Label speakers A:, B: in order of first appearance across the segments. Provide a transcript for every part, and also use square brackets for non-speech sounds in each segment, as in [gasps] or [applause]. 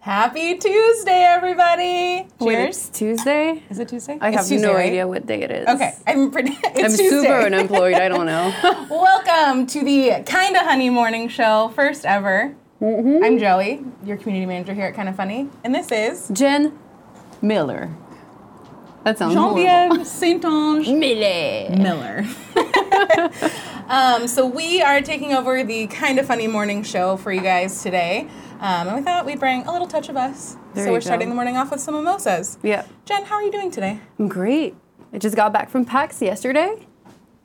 A: Happy Tuesday, everybody!
B: Cheers. Tuesday?
A: Is it Tuesday?
B: I
A: It's
B: have
A: Tuesday,
B: no
A: right?
B: idea what day it is.
A: Okay, I'm pretty. [laughs] It's
B: I'm
A: Tuesday.
B: super unemployed. I don't [laughs] know.
A: [laughs] Welcome to the Kinda Honey Morning Show, first ever.
B: Mm-hmm.
A: I'm Joey, your community manager here at Kinda Funny, and this is
B: Jen Miller. That sounds horrible.
A: Jean-Pierre Saint-Ange
B: Miller.
A: Miller. [laughs] um, so we are taking over the kind of funny morning show for you guys today, um, and we thought we'd bring a little touch of us.
B: There
A: so
B: you
A: we're
B: go.
A: starting the morning off with some mimosas.
B: Yeah.
A: Jen, how are you doing today?
B: I'm great. I just got back from PAX yesterday.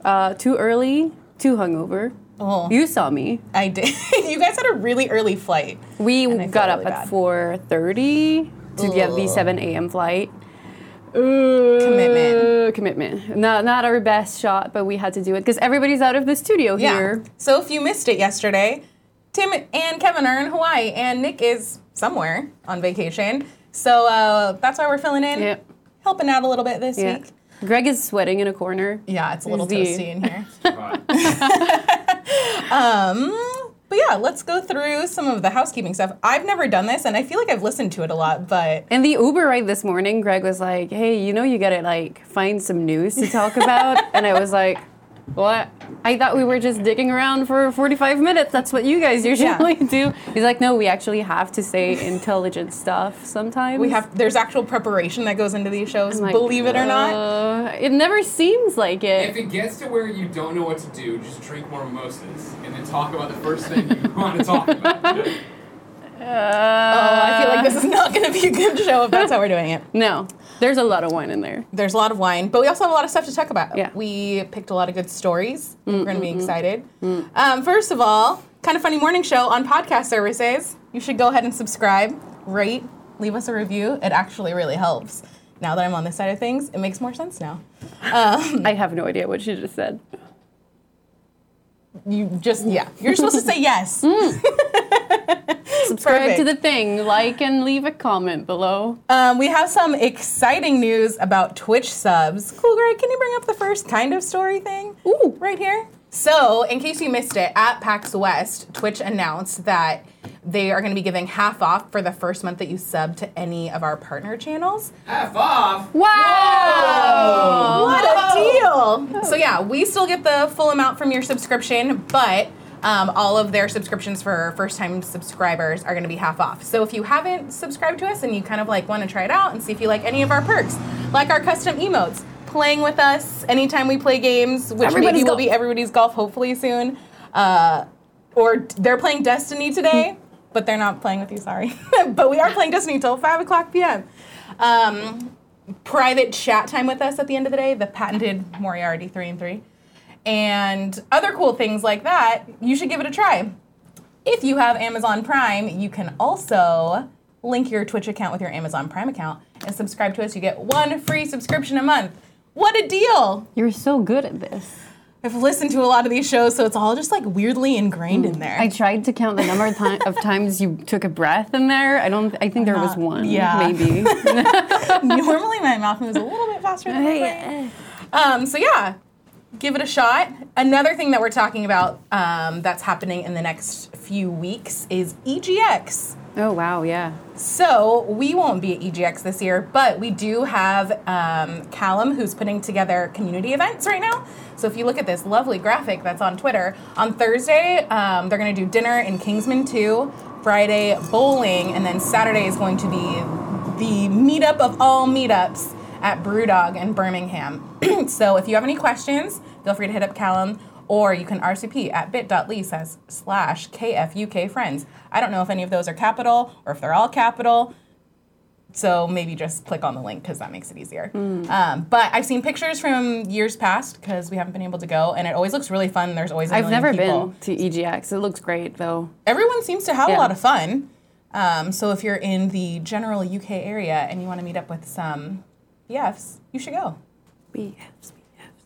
B: Uh, too early, too hungover.
A: Oh.
B: You saw me.
A: I did. [laughs] you guys had a really early flight.
B: We
A: I feel
B: got up
A: really
B: at
A: bad.
B: 4.30 to get the
A: Ugh.
B: 7 a.m. flight. Commitment. Commitment. Not, not our best shot, but we had to do it because everybody's out of the studio here.
A: So if you missed it yesterday, Tim and Kevin are in Hawaii, and Nick is somewhere on vacation. So uh, that's why we're filling in,
B: Yeah.
A: helping out a little bit this
B: Yeah.
A: week.
B: Greg is sweating in a corner.
A: Yeah, it's a little
B: Easy.
A: toasty in
B: [laughs]
A: here. [laughs]
C: Right.
A: Um, But yeah, let's go through some of the housekeeping stuff. I've never done this, and I feel like I've listened to it a lot, but
B: And the Uber ride this morning, Greg was like, "Hey, you know, you gotta like find some news to
A: [laughs]
B: talk about." and I was like, "What?" I thought we were just digging around for 45 minutes. That's what you guys usually [laughs] do. He's like, "No, we actually have to say intelligent stuff sometimes."
A: we have there's actual preparation that goes into these shows.
B: I'm like,
A: believe it or not,
B: "Uh, it never seems like
C: if
B: it.
C: it gets to where you don't know what to do, just drink more mimosas and then talk about the first thing you [laughs] want to talk about.
A: oh,
B: Uh,
A: I feel like this is not going to be a good show if that's how we're doing it.
B: No, there's a lot of wine in
A: [clears throat]
B: there.
A: There's a lot of wine, but we also have a lot of stuff to talk about.
B: Yeah. Mm,
A: We picked a lot of good stories. We're going to be excited. Um, first of all, Kind of Funny Morning Show on podcast services. You should go ahead and subscribe, rate, leave us a review. It actually really helps. Now that I'm on this side of things, it makes more sense now.
B: I have no idea what she just said.
A: You just, yeah. You're supposed to say yes.
B: Mm.
A: [laughs]
B: Subscribe to
A: Perfect.
B: the thing, like, and leave a comment below.
A: Um, we have some exciting news about Twitch subs. Cool, Greg, can you bring up the first kind of story thing?
B: Ooh.
A: Right here. So, in case you missed it, at PAX West, Twitch announced that they are going to be giving half off for the first month that you sub to any of our partner channels.
C: F off!
B: Wow!
A: What a deal! Oh. So, yeah, we still get the full amount from your subscription, but um, all of their subscriptions for first time subscribers are going to be half off. So, if you haven't subscribed to us and you kind of like want to try it out and see if you like any of our perks, like our custom emotes, playing with us anytime we play games, which
B: Everybody's
A: maybe will
B: golf.
A: be everybody's golf hopefully soon, uh, or d- they're playing Destiny today. But they're not playing with you, sorry. [laughs] but we are playing Destiny till 5 o'clock p.m. Um, private chat time with us at the end of the day, the patented Moriarty 3 and 3, and other cool things like that, you should give it a try. If you have Amazon Prime, you can also link your Twitch account with your Amazon Prime account and subscribe to us. You get one free subscription a month. What a deal!
B: You're so good at this.
A: I've listened to a lot of these shows, so it's all just like weirdly ingrained in there.
B: I tried to count the number of, ti- of times you took a breath in there. I don't. I think there was
A: not-
B: one.
A: yeah.
B: Maybe.
A: Normally, my mouth moves a little bit faster than my brain. Um, so yeah, give it a shot. Another thing that we're talking about um, that's happening in the next few weeks is EGX.
B: [laughs] Oh wow! Yeah.
A: So we won't be at EGX this year, but we do have um, Callum who's putting together community events right now. So if you look at this lovely graphic that's on Twitter, on Thursday um, they're going to do dinner in Kingsman 2, Friday bowling, and then Saturday is going to be the meetup of all meetups at Brewdog in Birmingham. [clears throat] so if you have any questions, feel free to hit up Callum. Or you can RCP at bit.ly says slash KFUK friends. I don't know if any of those are capital or if they're all capital. So maybe just click on the link because that makes it easier.
B: Mm.
A: Um, but I've seen pictures from years past because we haven't been able to go, and it always looks really fun. There's always a
B: I've
A: million
B: never
A: people.
B: been to EGX. It looks great though.
A: Everyone seems to have
B: Yeah.
A: a lot of fun. Um, so if you're in the general UK area and you want to meet up with some BFs, you should go.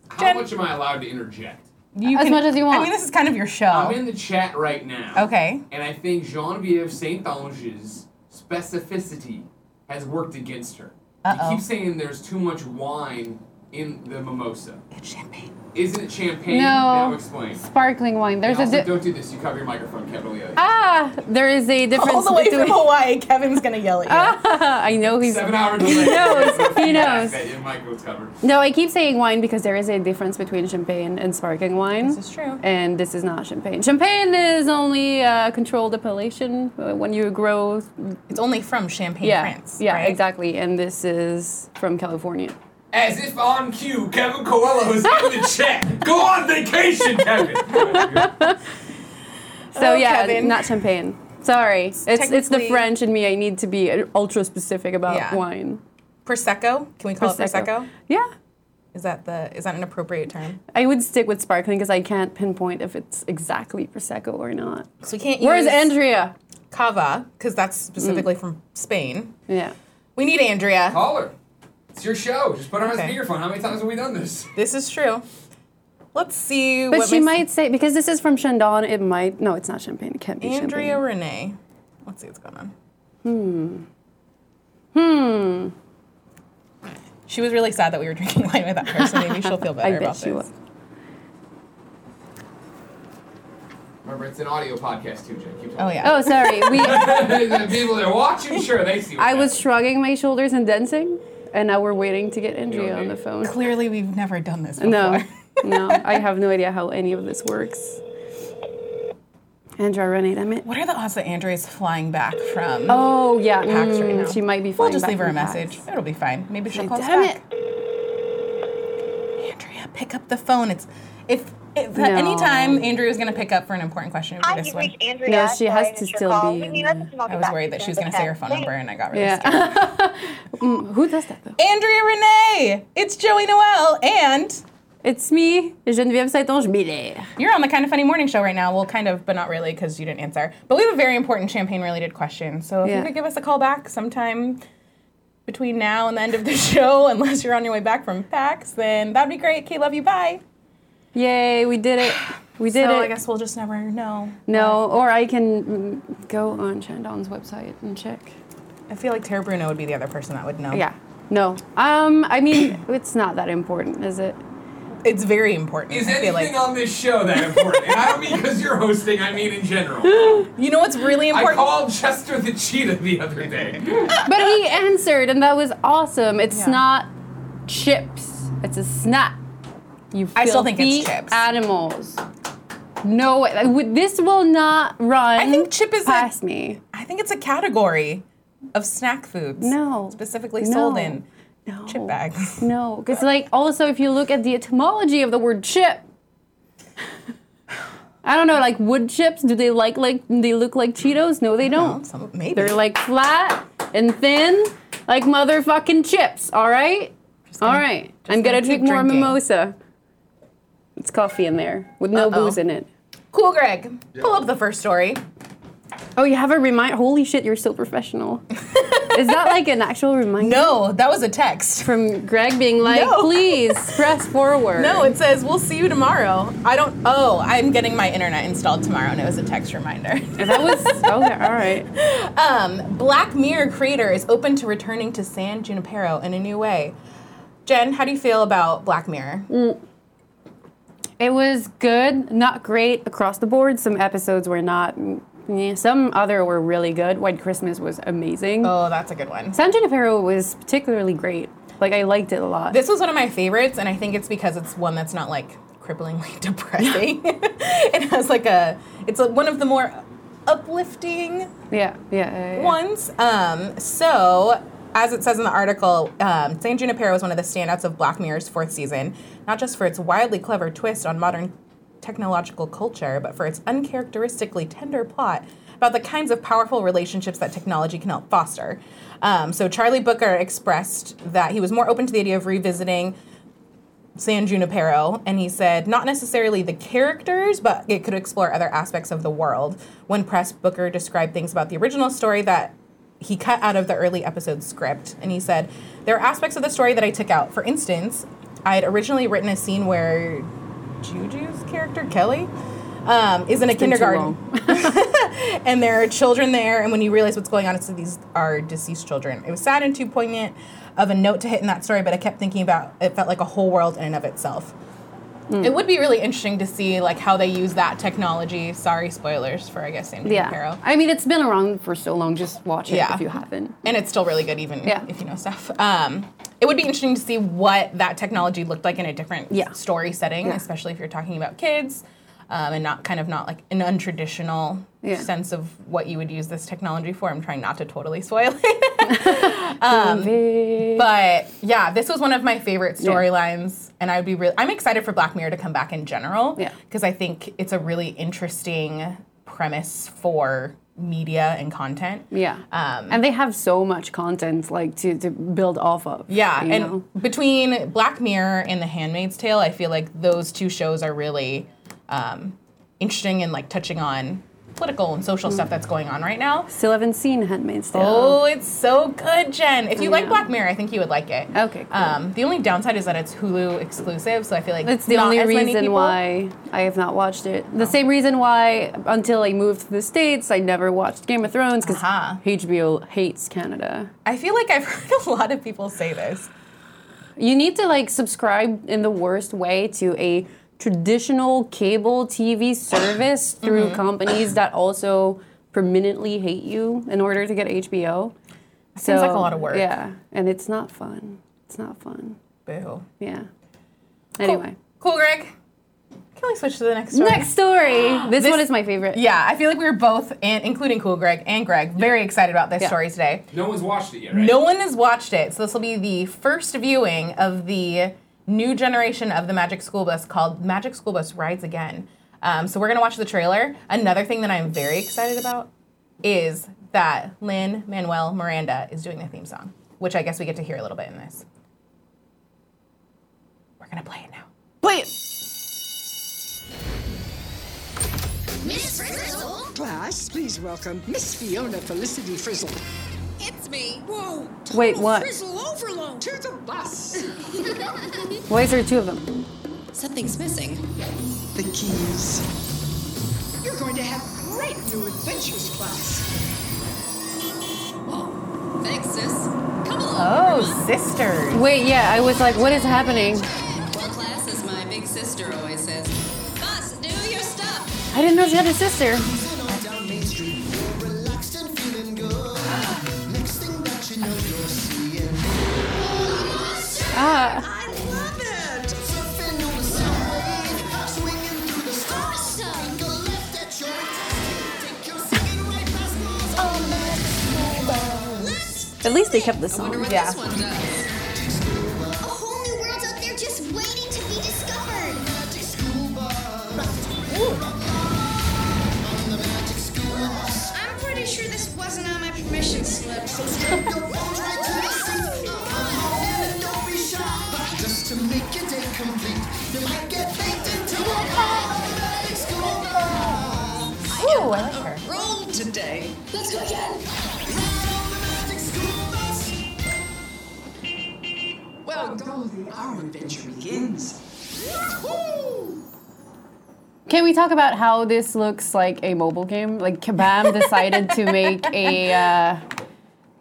C: How much am I allowed to interject?
A: You
B: As much as you want.
A: I mean, this is kind of your show.
C: I'm in the chat right now.
A: Okay.
C: And I think Genevieve St. Ange's specificity has worked against her.
A: Uh-oh.
C: You keep saying there's too much wine in the mimosa?
A: It's champagne.
C: Isn't it champagne? Now
B: No.
C: explain.
B: Sparkling wine. There's
C: And also,
B: a di-
C: don't do this. You cover your microphone, Cavalier.
B: ah. There is a difference
A: All the way
B: [laughs] between.
A: from Hawaii, Kevin's gonna yell at you.
B: ah, I know he's.
C: Seven hours delay.
B: knows,
C: [laughs]
B: he knows.
C: That your mic was covered.
B: No, I keep saying wine because there is a difference between champagne and sparkling wine.
A: This is true.
B: And this is not champagne. Champagne is only uh, controlled appellation uh, when you grow.
A: It's only from Champagne,
B: yeah,
A: France.
B: yeah,
A: right?
B: exactly. And this is from California.
C: As if on cue, Kevin Coelho is in the chat. Go on vacation, Kevin.
B: So
A: Oh,
B: yeah,
A: Kevin.
B: not champagne. Sorry, it's it's the
A: technically-
B: French in me. I need to be uh, ultra specific about
A: Yeah.
B: wine.
A: Prosecco. Can we call it prosecco?
B: Yeah,
A: Is that the is that an appropriate term?
B: I would stick with sparkling because I can't pinpoint if it's exactly prosecco or not.
A: So we can't
B: Where's
A: use
B: Andrea? Mm.
A: cava because that's specifically from Spain.
B: Yeah.
A: We need Andrea.
C: Call her. It's your show. Just put her on
A: Okay.
C: speakerphone. How many times have we done this?
A: This is true. Let's see.
B: But
A: what
B: she
A: makes-
B: might say because this is from Shandon, it might no, it's not champagne. It can't be
A: Andrea
B: champagne.
A: Renee. Let's see what's going on. Hmm. Hmm. She was really sad that we were drinking [laughs] wine without her, so maybe she'll feel better
B: [laughs] I
A: about
B: bet she
A: this.
B: was.
C: Remember, it's an audio podcast too, Jim. Keep talking.
A: Oh yeah.
B: Oh, sorry. We
C: [laughs] the people that are watching, sure, they see. what
B: I was
C: happened.
B: shrugging my shoulders and dancing, and now we're waiting to get Andrea on the phone.
A: Clearly, we've never done this before. [laughs]
B: No, [laughs] no, I have no idea how any of this works. Andrea Renee, damn it.
A: What are the odds that Andrea's flying back from?
B: Oh yeah,
A: PAX right
B: mm,
A: now.
B: she might be.
A: we'll
B: flying
A: just
B: back
A: leave her a
B: from PAX.
A: message. It'll be fine. Maybe she'll call
B: Damn
A: us
B: it.
A: back. Andrea, pick up the phone. It's if, if
B: No.
A: at any time Andrea was going to pick up for an important question, it would be
D: Hi,
A: this
D: you
A: one.
D: reached Andrea.
B: No, she
D: Sorry
B: has to
D: I missed your
B: still
D: call.
B: be
D: Leave me
B: in
D: a
B: the-
D: message and I'll
A: I
D: get
A: was
D: back
A: worried
D: to
A: that
D: you
A: she was
D: in
A: going
D: a
A: to say her
D: text.
A: phone number, and I got really scared.
B: Yeah. [laughs] Mm, Who does that though?
A: Andrea Renee, it's Joey Noel, and
B: It's me, Geneviève Saintonge Miller.
A: you're on the Kind of Funny Morning Show right now. Well, kind of, but not really, because you didn't answer. But we have a very important champagne-related question, so if you
B: Yeah.
A: could give us a call back sometime between now and the end of the [laughs] show, unless you're on your way back from PAX, then that'd be great. Kate, love you. Bye.
B: Yay, we did it. We did
A: so
B: it.
A: I guess we'll just never know.
B: No, or I can mm, go on Shandon's website and check.
A: I feel like Tara Bruno would be the other person that would know.
B: Yeah. No. Um, I mean, it's not that important, is it?
A: It's very important.
C: Is
A: I feel
C: anything
A: like
C: on this show that important? and I don't mean because you're hosting. I mean in
A: [laughs]
C: general.
A: you know what's really
C: I
A: important.
C: called Chester the cheetah the other [laughs] day.
B: But he answered, and that was awesome. It's
A: Yeah.
B: not chips. It's a snack. You
A: I still think it's
B: filthy
A: chips.
B: Animals. No, way. Like, w- this will not run.
A: I think chip is a-
B: past me.
A: I think it's a category of snack foods.
B: No.
A: specifically
B: No.
A: sold in
B: No.
A: chip bags.
B: [laughs] No, because like also if you look at the etymology of the word chip, I don't know, like wood chips. Do they like like they look like Cheetos? No, they don't.
A: Some, maybe
B: They're like flat and thin, like motherfucking chips. All right, all right. I'm
A: gonna
B: gonna drink
A: keep
B: more
A: drinking.
B: mimosa. It's coffee in there with no
A: Uh-oh.
B: booze in it.
A: cool, Greg. Pull up the first story.
B: Oh, you have a remind. Holy shit, you're so professional. Is that like an actual
A: [laughs]
B: reminder
A: No, that was a text. [laughs]
B: from Greg being like,
A: No.
B: please
A: [laughs]
B: press forward?
A: No, it says we'll see you tomorrow. I don't. Oh, I'm getting my internet installed tomorrow, and it was a text reminder. [laughs]
B: that was okay. All right.
A: Um, Black Mirror creator is open to returning to San Junipero in a new way. Jen, how do you feel about Black Mirror?
B: It was good, not great across the board. Some episodes were not. meh. Some other were really good. White Christmas was amazing.
A: Oh, that's a good one.
B: San Junipero was particularly great. Like I liked it a lot.
A: This was one of my favorites, and I think it's because it's one that's not like cripplingly [laughs] depressing. [laughs] it has like a, it's like one of the more uplifting
B: yeah, yeah, yeah, yeah.
A: ones. Um, so, as it says in the article, um, San Junipero is one of the standouts of Black Mirror's fourth season, not just for its wildly clever twist on modern technological culture, but for its uncharacteristically tender plot about the kinds of powerful relationships that technology can help foster. Um, so, Charlie Booker expressed that he was more open to the idea of revisiting. San Junipero, and he said, not necessarily the characters, but it could explore other aspects of the world. When pressed, Booker described things about the original story that he cut out of the early episode script. And he said, there are aspects of the story that I took out. For instance, I had originally written a scene where Juju's character, Kelly, um, is in a
B: been too
A: kindergarten.
B: long.
A: and there are children there. And when you realize what's going on, it's that these are deceased children. It was sad and too poignant of a note to hit in that story, but I kept thinking about it felt like a whole world in and of itself. It would be really interesting to see like how they use that technology. Sorry, spoilers for I guess San Pedro.
B: Yeah. I mean, it's been around for so long. Just watch it
A: Yeah.
B: if you haven't.
A: and it's still really good even
B: Yeah.
A: if you know stuff um, it would be interesting to see what that technology looked like in a different
B: Yeah.
A: story setting
B: Yeah.
A: especially if you're talking about kids um, and not kind of not like an untraditional
B: Yeah.
A: sense of what you would use this technology for i'm trying not to totally spoil it
B: [laughs]
A: but yeah, this was one of my favorite storylines, and I would be really. I'm excited for Black Mirror to come back in general,
B: Yeah.
A: because I think it's a really interesting premise for media and content.
B: yeah.
A: Um,
B: and they have so much content like to, to build off of.
A: Yeah,
B: you
A: and
B: know?
A: between Black Mirror and The Handmaid's Tale, I feel like those two shows are really um, interesting and like touching on political and social stuff that's going on right now.
B: still haven't seen Handmaid's Tale.
A: Oh, it's so good, Jen. If you like
B: know.
A: Black Mirror, I think you would like it.
B: Okay, cool.
A: Um, the only downside is that it's Hulu exclusive, so I feel like
B: It's the
A: not
B: only
A: as many
B: reason
A: people-
B: why I have not watched it. The same reason why, until I moved to the States, I never watched Game of Thrones because
A: Uh-huh.
B: HBO hates Canada.
A: I feel like I've [laughs] heard a lot of people say this.
B: You need to like subscribe in the worst way to a traditional cable TV service
A: Mm-hmm.
B: through companies that also permanently hate you in order to get HBO.
A: seems like a lot of work.
B: Yeah, and it's not fun. It's not fun.
A: Boo.
B: Yeah.
A: Cool.
B: Anyway,
A: cool, Greg. Can we switch to the next? Story?
B: next story. This, one is my favorite.
A: Yeah, I feel like we were both, and including Cool Greg and Greg, very excited about this
B: Yeah.
A: story today.
C: No one's watched it yet, right?
A: No one has watched it, so this will be the first viewing of the new generation of the Magic School Bus called Magic School Bus Rides Again. Um, so we're gonna watch the trailer. Another thing that I'm very excited about is that Lynn Manuel Miranda is doing the theme song, which I guess we get to hear a little bit in this. We're gonna play it now.
B: Play it.
D: Miss Frizzle?
E: Class, please welcome Miss Fiona Felicity Frizzle
F: [laughs]
D: It's me.
E: Whoa,
B: Wait, what?
F: Frizzle overload.
E: to the bus.
B: Why is there two of them?
F: Something's missing.
E: the keys. You're going to have great new adventures, class.
F: Whoa. Oh, Thanks, sis. Come along.
A: Oh, sisters.
B: Wait, yeah, I was like, what is happening?
F: Well, class, as my big sister always says, Boss, do your stuff.
B: I didn't know she had a sister. Ah,
D: I love it!
B: at least they kept the song.
F: Wonder what
A: Yeah.
F: this one does.
D: A whole new world's out there just waiting to be discovered! I'm pretty sure this wasn't on my permission slip.
G: Just to make your day complete, you might get baked into a magic school bus.
A: Ooh, I like her.
F: Roll today.
D: Let's go again!
G: Ride on the magic school bus.
F: Oh.
E: Well, Goldie, our adventure begins.
B: Can we talk about how this looks like a mobile game? Like
A: [laughs]
B: Kabam decided to make a uh,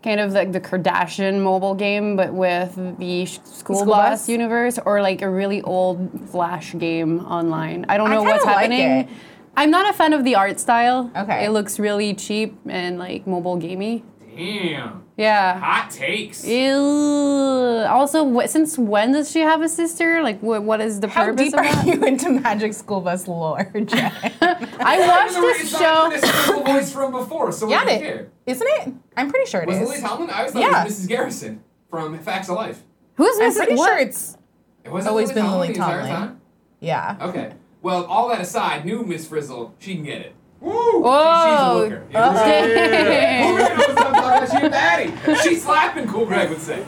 B: kind of like the Kardashian mobile game, but with the sh- school,
A: School
B: bus,
A: bus?
B: universe, or like a really old Flash game online. I don't
A: I
B: know what's
A: kinda like
B: happening.
A: it.
B: I'm not a fan of the art style.
A: Okay.
B: it looks really cheap and like mobile gamey.
C: Damn.
B: Yeah.
C: Hot takes.
B: Ew. Also, wh- since when does she have a sister? Like, wh- what is the
A: How
B: purpose
A: deep
B: of that?
A: are you [laughs] into Magic School Bus lore,
C: [laughs]
A: Jen? [laughs]
B: I watched this show.
C: It's not the voice from before, so
A: Yeah,
C: what do you
A: it,
C: care?
A: isn't it? I'm pretty sure it
C: Was
A: is.
C: it Liz Tomlin? I always thought
A: Yeah.
C: it was Mrs. Garrison from Facts of Life.
B: Who's
A: I'm
B: missing?
A: pretty
B: what?
A: sure it's
C: It wasn't
A: Always been Lily
C: Tomlin the entire
A: Tomlin.
C: time?
A: yeah.
C: Okay. Well, all that aside, new Miss Frizzle, she can get it. Woo!
B: Whoa.
C: She's a looker. Yeah. Cool Greg knows what I'm talking about. She's a baddie. She's slapping, Cool Greg would say.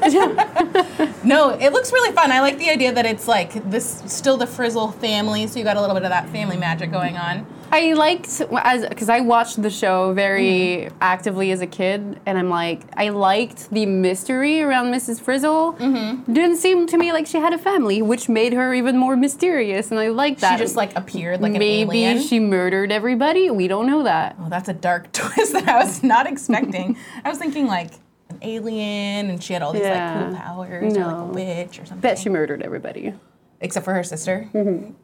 B: [laughs]
A: No, it looks really fun. I like the idea that it's like this still the Frizzle family, so you got a little bit of that family magic going on.
B: [laughs] I liked as because I watched the show very
A: Mm-hmm.
B: actively as a kid, and I'm like, I liked the mystery around Mrs. Frizzle.
A: Mm-hmm.
B: Didn't seem to me like she had a family, which made her even more mysterious, and I liked that.
A: she just like appeared like an
B: maybe
A: alien.
B: she murdered everybody. We don't know that.
A: Oh, that's a dark [laughs] twist that I was not expecting. I was thinking like an alien, and she had all these like
B: Yeah.
A: cool powers, or like a
B: No.
A: witch or something.
B: Bet she murdered everybody.
A: Except for her sister.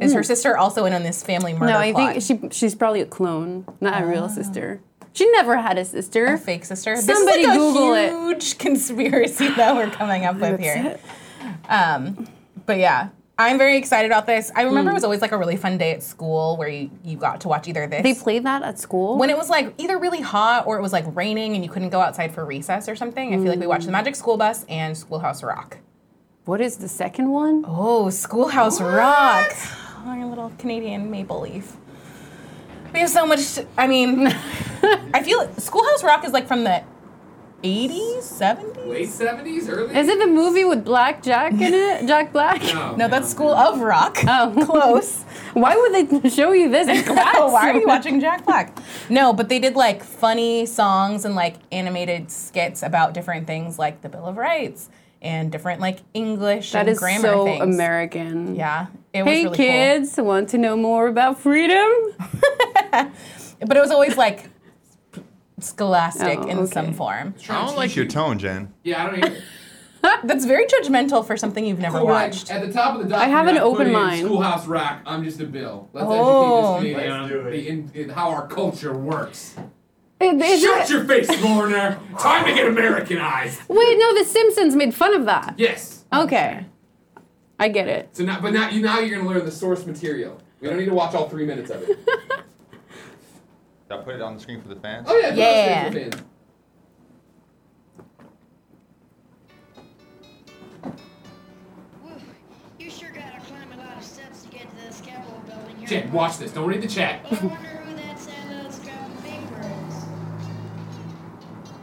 A: Is her sister also in on this family murder
B: Mm-hmm. No, I
A: plot? Ah.
B: think she she's probably a clone, not a real sister. She never had a sister.
A: Her fake sister.
B: Somebody
A: this is like
B: Google
A: a
B: it.
A: huge conspiracy [laughs] that we're coming up with here. Um, but yeah, I'm very excited about this. I remember it was always like a really fun day at school where you, you got to watch either this.
B: They played that at school.
A: when it was like either really hot or it was like raining and you couldn't go outside for recess or something. I feel like we watched The Magic School Bus and Schoolhouse Rock.
B: what is the second one?
A: Oh, Schoolhouse Rock. Oh, your little Canadian maple leaf. We have so much. I mean, [laughs] I feel Schoolhouse Rock is like from the 80s, 70s?
C: Late 70s, early?
B: Is it the movie with Black Jack in it? Jack Black?
C: No.
A: No, that's School of Rock.
B: [laughs] Oh.
A: Close.
B: Why would they show you
A: [laughs]
B: this? in class?
A: Oh, why are
B: [laughs]
A: you watching Jack Black? No, but they did like funny songs and like animated skits about different things like the Bill of Rights and different like English
B: That
A: and
B: is
A: grammar
B: so
A: things.
B: American.
A: Yeah. It was
B: Hey
A: really
B: kids, want to know more about freedom?
A: cool. But it was always like scholastic
B: Oh,
A: in
B: okay.
A: some form. [laughs]
C: Trying
H: I
C: to
H: don't like
C: teach
H: your
C: you-
H: tone, Jen.
C: Yeah, I
B: [laughs]
C: don't either.
A: That's very judgmental for something you've never watched.
C: At the top of the document,
B: I have an
C: put
B: open
C: in
B: mind.
C: Schoolhouse Rock. I'm just a bill. Let's
A: Oh.
C: educate this community
H: Let's do
C: on
H: it.
C: the in, in how our culture works.
B: Is- is
C: Shut
B: it-
C: your face, foreigner! Time to get Americanized.
B: [laughs] Wait, no, The Simpsons made fun of that.
C: Yes.
B: Okay. I get it.
C: So now, but now you now you're gonna learn the source material. We don't need to watch all three minutes
B: [laughs]
C: of it.
H: Did I put it on the screen for the fans?
C: Oh yeah.
A: Yeah.
C: those things are fans.
D: Woo, you sure gotta climb a lot of steps to get to this Capitol building here.
C: Jen, watch this. Don't read
B: [laughs]
C: the chat.
D: But I wonder who that satellite's dropping paper is.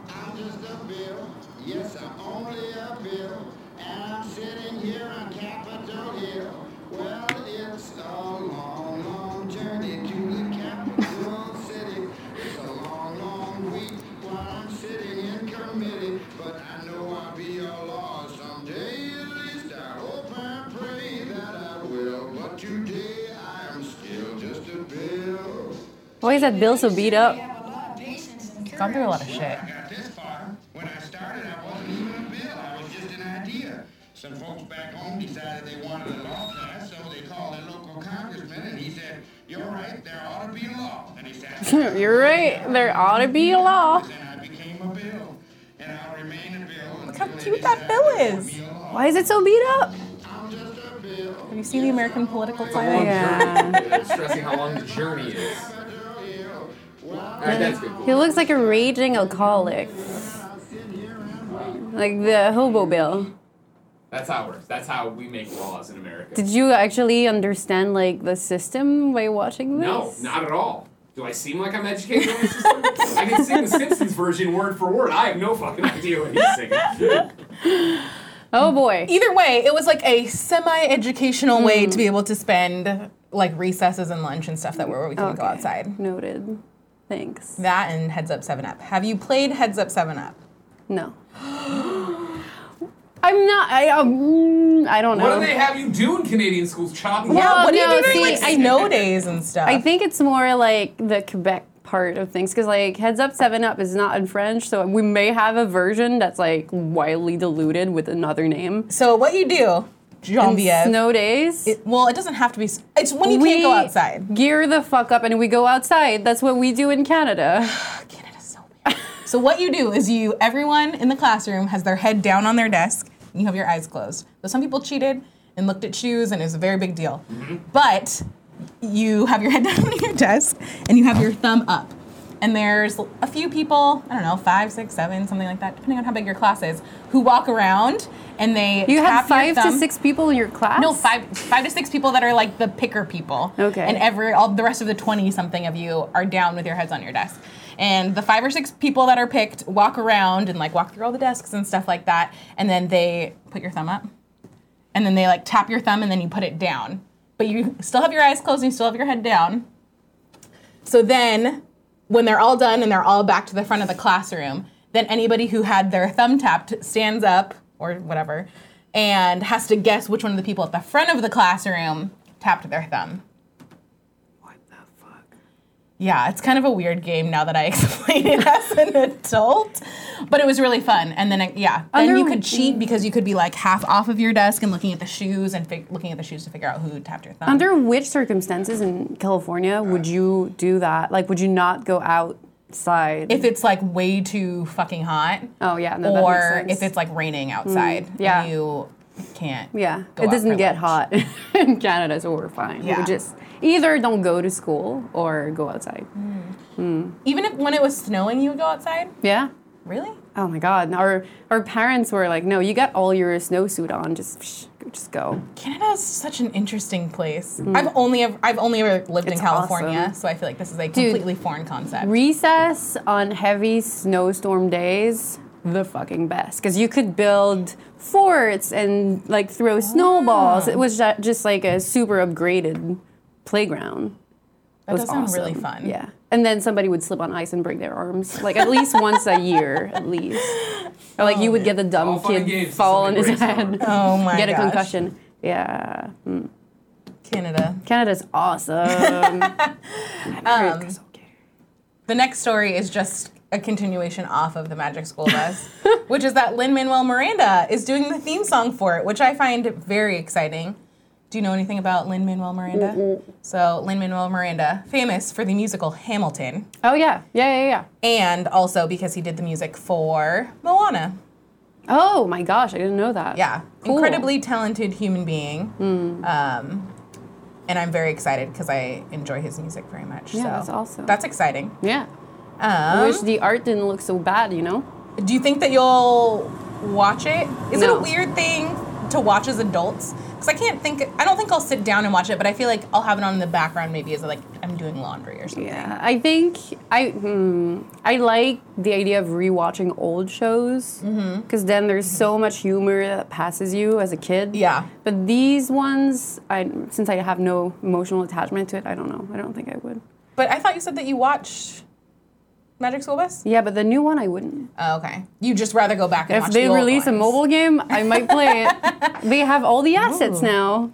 G: I'm just a bill, yes, I'm only a bill, and I'm sitting here on Capitol Hill. Well, it's a long, long journey to the capital city. It's a long, long week while I'm sitting in committee, but I know I'll be a law someday. At least I hope and pray that I will, but today I am still just a bill.
B: Why is that bill so beat up? [laughs]
D: You have a lot of patience and courage.
A: Gone through a lot of shit.
G: I got this far. When I started, I wasn't even a bill. I was just an idea. Some folks back home decided they wanted a law passed, so they called their local congressman, and he said, "You're right. There ought to be a law." And he said,
B: You're right. There ought to be a law.
G: And I became a bill, and I'll remain a bill.
A: Look how cute that bill is.
B: Why is it so beat up?
G: I'm just a bill.
A: Have you seen the American political
C: Long
A: climate?
B: Oh, Yeah.
C: journey. Stressing how long the journey is. All right, that's good.
B: He looks like a raging alcoholic. Like the hobo bill.
C: That's how it works. That's how we make laws in America.
B: Did you actually understand like the system by watching this?
C: No, not at all. Do I seem like I'm educated on the system? I can sing the Simpsons version word for word. I have no fucking idea what he's singing.
B: Oh boy.
A: Either way, it was like a semi-educational way
B: Mm.
A: to be able to spend like recesses and lunch and stuff that were where we couldn't go
B: Okay.
A: outside.
B: Noted. Thanks.
A: That and Heads Up 7 Up. Have you played Heads Up 7 Up?
B: No. [gasps] I'm not. I, um, I don't know.
C: What do they have you do in Canadian schools? Chopping
B: Well,
A: yeah, what do
B: Oh, no,
A: you do during
B: see,
A: like
B: I-
A: snow days and stuff?
B: I think it's more like the Quebec part of things because like heads up seven up is not in french so we may have a version that's like wildly diluted with another name
A: so. What you do,
B: And
A: Jean-Vieve?
B: snow days
A: it- well, it doesn't have to be. s- It's when you can't go outside.
B: gear the fuck up and we go outside that's what we do in canada
A: [sighs] Canada's so weird. so
B: [laughs]
A: what you do is you everyone in the classroom has their head down on their desk and you have your eyes closed. Though some people cheated and looked at shoes and it was a very big deal. But you have your [laughs] head down on your desk and you have your thumb up. And there's a few people, I don't know, five, six, seven, something like that, depending on how big your class is, who walk around and they
B: you have
A: tap your
B: five to
A: thumb-
B: six people in your class
A: no, five five to six people that are like the picker people.
B: Okay.
A: And every all the rest of the twenty something of you are down with your heads on your desk. And the five or six people that are picked walk around and like walk through all the desks and stuff like that. And then they put your thumb up. And then they like tap your thumb and then you put it down. But you still have your eyes closed and you still have your head down. So then, when they're all done and they're all back to the front of the classroom, then anybody who had their thumb tapped stands up or whatever and has to guess which one of the people at the front of the classroom tapped their thumb.
B: What the fuck?
A: Yeah, it's kind of a weird game now that I [laughs] explain it as an adult, but it was really fun. And then, it- yeah, then you
B: Other-
A: could cheat because you could be like half off of your desk and looking at the shoes and fig- looking at the shoes to figure out who tapped your thumb.
B: Under which circumstances in California would you do that? Like, would you not go outside?
A: if it's like way too fucking hot,
B: oh yeah, no, that makes
A: or
B: sense. Mm,
A: if it's like raining outside,
B: yeah.
A: you can't.
B: yeah,
A: go
B: it
A: out for
B: doesn't get
A: lunch.
B: hot [laughs] in Canada, so we're fine.
A: Yeah.
B: We just either don't go to school or go outside.
A: Even if when it was snowing, you would go outside.
B: Yeah.
A: Really?
B: Oh my God! Our our parents were like, "No, you got all your snowsuit on. Just psh, just go."
A: Canada is such an interesting place. I've only ever, I've only ever lived in
B: Mm. It's
A: California,
B: awesome.
A: so I feel like this is a completely foreign concept.
B: Recess on heavy snowstorm days, the fucking best. Because you could build forts and like
A: Ah.
B: throw snowballs. It was ju- just like a super upgraded playground. It
A: That
B: was
A: does sound really
B: awesome.
A: fun.
B: Yeah. And then somebody would slip on ice and break their arms. Like at least once a year,
A: [laughs]
B: at least. Or like you would get the
C: All
B: dumb
C: fun and
B: kid
C: games,
B: fall on
C: somebody
B: his
C: breaks their
B: head,
A: Oh my
B: get a
A: gosh.
B: concussion. Yeah. Mm.
A: Canada.
B: Canada's
A: [laughs]
B: awesome. um,
A: The next story is just a continuation off of the Magic
B: [laughs]
A: School Bus, which is that Lin Manuel Miranda is doing the theme song for it, which I find very exciting. Do you know anything about Lin Manuel Miranda? So Lin Manuel Miranda, famous for the musical Hamilton,
B: Oh yeah, yeah, yeah, yeah.
A: and also because he did the music for Moana.
B: Oh my gosh, I didn't know that.
A: Yeah,
B: Cool. Hmm.
A: incredibly talented human being. Um, and I'm very excited because I enjoy his music very much.
B: Yeah,
A: so
B: that's awesome.
A: That's exciting.
B: Yeah.
A: Um,
B: I wish the art didn't look so bad, you know?
A: Do you think that you'll watch it? Is it
B: No.
A: a weird thing to watch as adults? Because I can't think. I don't think I'll sit down and watch it, but I feel like I'll have it on in the background maybe as like I'm doing laundry or something.
B: Yeah. I think I hmm, I like the idea of rewatching old shows
A: Mm-hmm.
B: because then there's so much humor that passes you as a kid.
A: Yeah.
B: But these ones, I since I have no emotional attachment to it, I don't know. I don't think I would.
A: But I thought you said that you watched Magic School Bus.
B: Yeah, but the new one I wouldn't.
A: Oh, okay, you just rather go back and
B: If
A: watch
B: they
A: the old
B: release a
A: ones.
B: mobile game, I might play
A: [laughs]
B: it. they have all the assets
A: Ooh.
B: now.